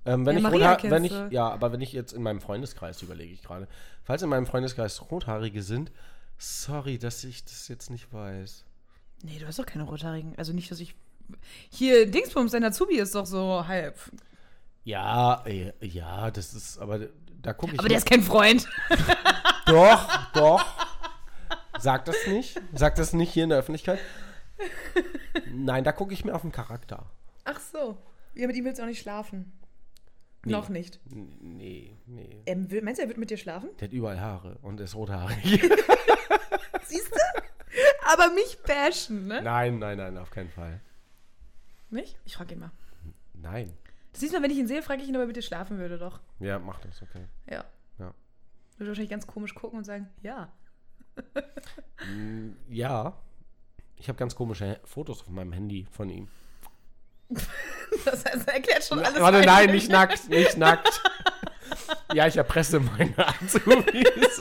Speaker 4: Ähm, wenn
Speaker 3: Ja,
Speaker 4: ich
Speaker 3: Maria
Speaker 4: Rothaar-
Speaker 3: kennst
Speaker 4: wenn ich,
Speaker 3: du.
Speaker 4: ja, aber wenn ich jetzt in meinem Freundeskreis überlege ich gerade, falls in meinem Freundeskreis Rothaarige sind, sorry, dass ich das jetzt nicht weiß.
Speaker 3: Nee, du hast doch keine Rothaarigen. Also nicht, dass ich. Hier, Dingsbums, dein Azubi ist doch so halb.
Speaker 4: Ja, äh, ja, das ist, aber da gucke ich.
Speaker 3: Aber der ist kein Freund.
Speaker 4: doch, doch. Sag das nicht. Sag das nicht hier in der Öffentlichkeit. Nein, da gucke ich mir auf den Charakter.
Speaker 3: Ach so. Ja, mit ihm willst du auch nicht schlafen.
Speaker 4: Nee.
Speaker 3: Noch nicht.
Speaker 4: N- Nee, nee.
Speaker 3: Ähm, will- meinst du, er wird mit dir schlafen?
Speaker 4: Der hat überall Haare und ist rothaarig. [laughs]
Speaker 3: Siehst du? [laughs] Aber mich bashen, ne?
Speaker 4: nein, nein, nein, auf keinen Fall.
Speaker 3: Nicht? Ich frage ihn mal.
Speaker 4: Nein.
Speaker 3: Das siehst du, wenn ich ihn sehe, frage ich ihn, ob er mit dir schlafen würde, doch.
Speaker 4: Ja, mach das, okay.
Speaker 3: Ja.
Speaker 4: Ja.
Speaker 3: Würde wahrscheinlich ganz komisch gucken und sagen, ja. [laughs]
Speaker 4: Ja. Ich habe ganz komische Hä- Fotos auf meinem Handy von ihm.
Speaker 3: Das heißt, er erklärt schon alles.
Speaker 4: Warte,
Speaker 3: weiter.
Speaker 4: nein, nicht nackt, nicht nackt. ja, ich erpresse meine Azubis.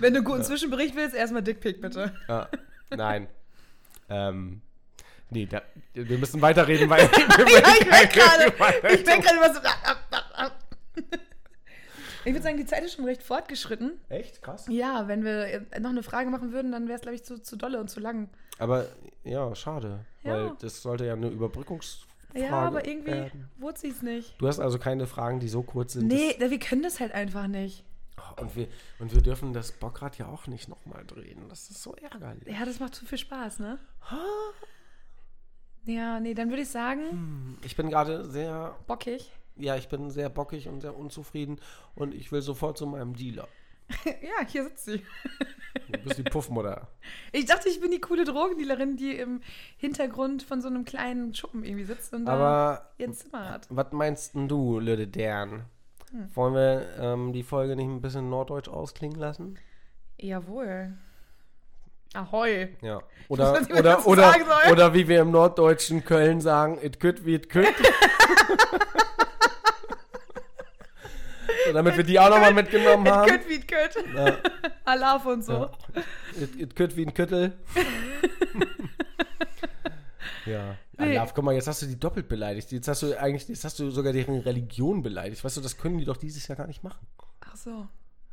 Speaker 3: Wenn du einen guten Zwischenbericht willst, erstmal Dickpick, bitte.
Speaker 4: ja, nein. Ähm, nee, da, wir müssen weiterreden, weil [laughs] wir
Speaker 3: [laughs] Ja, ich merke
Speaker 4: keine
Speaker 3: gerade. Ich merke gerade was. Ich würde sagen, die Zeit ist schon recht fortgeschritten.
Speaker 4: Echt? Krass.
Speaker 3: Ja, wenn wir äh, noch eine Frage machen würden, dann wäre es, glaube ich, zu, zu dolle und zu lang.
Speaker 4: Aber ja, schade.
Speaker 3: Ja.
Speaker 4: Weil das sollte ja eine Überbrückungsfrage
Speaker 3: Ja, aber irgendwie
Speaker 4: werden.
Speaker 3: wurde sie es nicht.
Speaker 4: Du hast also keine Fragen, die so kurz sind.
Speaker 3: Nee, da- wir können das halt einfach nicht.
Speaker 4: dass- Und wir, und wir dürfen das Bockrad ja auch nicht nochmal drehen. Das ist so ärgerlich.
Speaker 3: Ja, das macht zu viel Spaß, ne? Ja, nee, dann würde ich sagen,
Speaker 4: Ich bin gerade sehr,
Speaker 3: bockig.
Speaker 4: ja, ich bin sehr bockig und sehr unzufrieden und ich will sofort zu meinem Dealer.
Speaker 3: [laughs] Ja, hier sitzt sie.
Speaker 4: Du bist die Puffmutter.
Speaker 3: Ich dachte, ich bin die coole Drogendealerin, die im Hintergrund von so einem kleinen Schuppen irgendwie sitzt und
Speaker 4: Aber
Speaker 3: da ihr Zimmer hat.
Speaker 4: was meinst denn du, Lüde Dern?
Speaker 3: Hm.
Speaker 4: Wollen wir ähm, die Folge nicht ein bisschen norddeutsch ausklingen lassen?
Speaker 3: Jawohl. Ahoi.
Speaker 4: Ja. Oder,
Speaker 3: weiß nicht, was ich
Speaker 4: oder,
Speaker 3: dazu
Speaker 4: oder,
Speaker 3: sagen soll.
Speaker 4: oder wie wir im norddeutschen Köln sagen, it could wie it
Speaker 3: [laughs]
Speaker 4: could. so, damit wir die auch nochmal mitgenommen
Speaker 3: It
Speaker 4: haben.
Speaker 3: could wie it could. [laughs] Alaf und so.
Speaker 4: It, it could wie ein
Speaker 3: [laughs]
Speaker 4: Küttel. ja.
Speaker 3: Nee.
Speaker 4: Alaf, guck mal, jetzt hast du die doppelt beleidigt. Jetzt hast du eigentlich, jetzt hast du sogar deren Religion beleidigt. Weißt du, das können die doch dieses Jahr gar nicht machen.
Speaker 3: Ach so.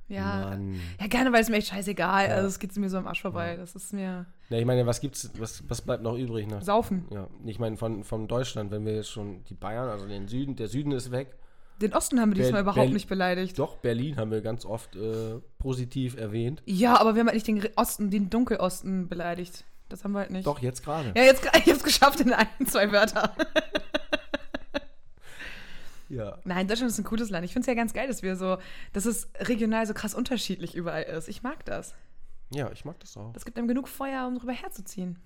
Speaker 3: Ja.
Speaker 4: Mann.
Speaker 3: Ja, gerne, weil es mir echt scheißegal. Also es geht mir so am Arsch vorbei. Das ist mir
Speaker 4: Na, ich meine, was gibt's, was, was bleibt noch übrig? Ne?
Speaker 3: Saufen.
Speaker 4: Ja, ich meine, von, von Deutschland, wenn wir jetzt schon die Bayern, also den Süden, der Süden ist weg.
Speaker 3: Den Osten haben wir
Speaker 4: Ber-
Speaker 3: diesmal überhaupt
Speaker 4: Berlin-
Speaker 3: nicht beleidigt.
Speaker 4: Doch, Berlin haben wir ganz oft äh, positiv erwähnt.
Speaker 3: Ja, aber wir haben halt nicht den Re- Osten, den Dunkelosten beleidigt. Das haben wir halt nicht.
Speaker 4: Doch, jetzt gerade.
Speaker 3: Ja, jetzt, [laughs] ich hab's geschafft in ein, zwei Wörter.
Speaker 4: Ja.
Speaker 3: Nein, Deutschland ist ein cooles Land. Ich finde es ja ganz geil, dass wir so, dass es regional so krass unterschiedlich überall ist. Ich mag das.
Speaker 4: ja, ich mag das auch.
Speaker 3: Das gibt einem genug Feuer, um drüber herzuziehen.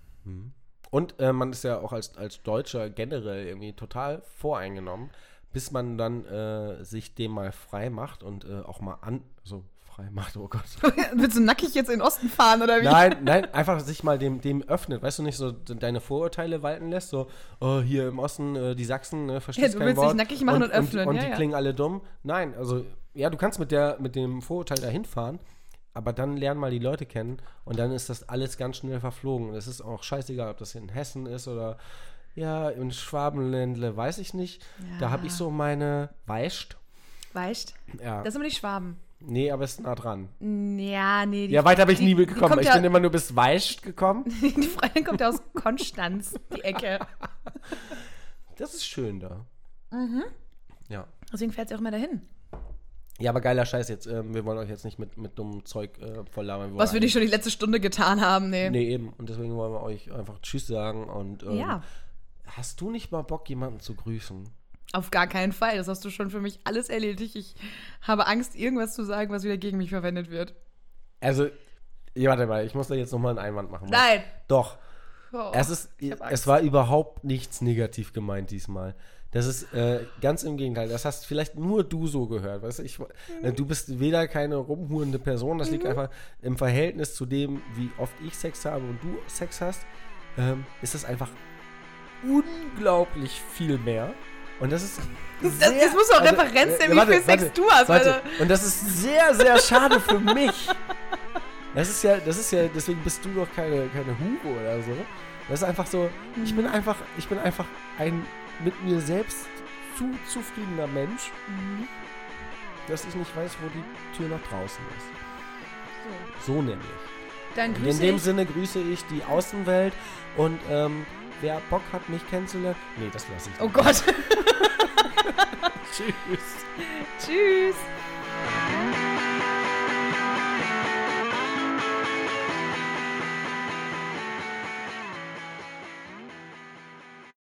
Speaker 4: Und äh, man ist ja auch als, als Deutscher generell irgendwie total voreingenommen, bis man dann äh, sich dem mal frei macht und äh, auch mal an. So, frei macht, oh Gott.
Speaker 3: [laughs] Willst du nackig jetzt in den Osten fahren oder [laughs] wie?
Speaker 4: Nein, nein, einfach sich mal dem, dem öffnet. Weißt du nicht, so de- deine Vorurteile walten lässt, so oh, hier im Osten, äh, die Sachsen, äh, verstehst
Speaker 3: Ja, du
Speaker 4: kein
Speaker 3: willst dich
Speaker 4: Wort.
Speaker 3: nackig machen und öffnen,
Speaker 4: Und, und
Speaker 3: ja,
Speaker 4: die
Speaker 3: ja.
Speaker 4: klingen alle dumm. Nein, also ja, du kannst mit, der, mit dem Vorurteil dahin fahren, aber dann lern mal die Leute kennen und dann ist das alles ganz schnell verflogen. Und es ist auch scheißegal, ob das in Hessen ist oder ja, in Schwabenländle, weiß ich nicht. Da habe ich so meine Weischt.
Speaker 3: Weißt
Speaker 4: Ja,
Speaker 3: Das sind immer die Schwaben.
Speaker 4: nee, aber ist nah dran.
Speaker 3: Ja, nee. Die,
Speaker 4: Ja, weiter bin ich
Speaker 3: die-
Speaker 4: nie
Speaker 3: die
Speaker 4: gekommen.
Speaker 3: kommt
Speaker 4: Ich
Speaker 3: ja,
Speaker 4: bin immer nur bis Weischt gekommen.
Speaker 3: [laughs] Die Freundin kommt ja aus Konstanz, die Ecke.
Speaker 4: Das ist schön da.
Speaker 3: Mhm.
Speaker 4: Ja.
Speaker 3: Deswegen fährt sie auch immer dahin.
Speaker 4: Ja, aber geiler Scheiß jetzt. Ähm, wir wollen euch jetzt nicht mit, mit dummem Zeug äh, volllabern.
Speaker 3: Was wir
Speaker 4: wollen
Speaker 3: nicht schon die letzte Stunde getan haben, nee.
Speaker 4: eigentlich- Nee, eben. Und deswegen wollen wir euch einfach Tschüss sagen. Und ähm,
Speaker 3: Ja.
Speaker 4: hast du nicht mal Bock, jemanden zu grüßen?
Speaker 3: Auf gar keinen Fall. Das hast du schon für mich alles erledigt. Ich habe Angst, irgendwas zu sagen, was wieder gegen mich verwendet wird.
Speaker 4: Also, ja, warte mal, ich muss da jetzt nochmal einen Einwand machen.
Speaker 3: Nein.
Speaker 4: Doch.
Speaker 3: Oh,
Speaker 4: es, ist,
Speaker 3: ich hab Angst.
Speaker 4: es war überhaupt nichts negativ gemeint diesmal. Das ist äh, ganz im Gegenteil. Das hast vielleicht nur du so gehört. Weißt du, ich, äh,
Speaker 3: Mhm.
Speaker 4: du bist weder keine rumhurende Person. Das liegt einfach im Verhältnis zu dem, wie oft ich Sex habe und du Sex hast. Ähm, ist das einfach unglaublich viel mehr. Und das ist.
Speaker 3: Das- das muss doch Referenz sein, wie viel Sex du hast,
Speaker 4: also, äh, Warte.
Speaker 3: also.
Speaker 4: Und das ist sehr, sehr schade für mich. Das ist ja, das ist ja, deswegen bist du doch keine, keine Hure oder so. Das ist einfach so, ich
Speaker 3: Mhm.
Speaker 4: bin einfach, ich bin einfach ein mit mir selbst zu zufriedener Mensch,
Speaker 3: Mhm.
Speaker 4: dass ich nicht weiß, wo die Tür nach draußen ist.
Speaker 3: So.
Speaker 4: So nämlich.
Speaker 3: Dann
Speaker 4: Und in
Speaker 3: grüße
Speaker 4: dem
Speaker 3: ich.
Speaker 4: Sinne grüße ich die Außenwelt und ähm, wer Bock hat, mich kennenzulernen. Nee, das lasse ich.
Speaker 3: oh Gott.
Speaker 4: [laughs] Tschüss.
Speaker 3: [laughs] Tschüss.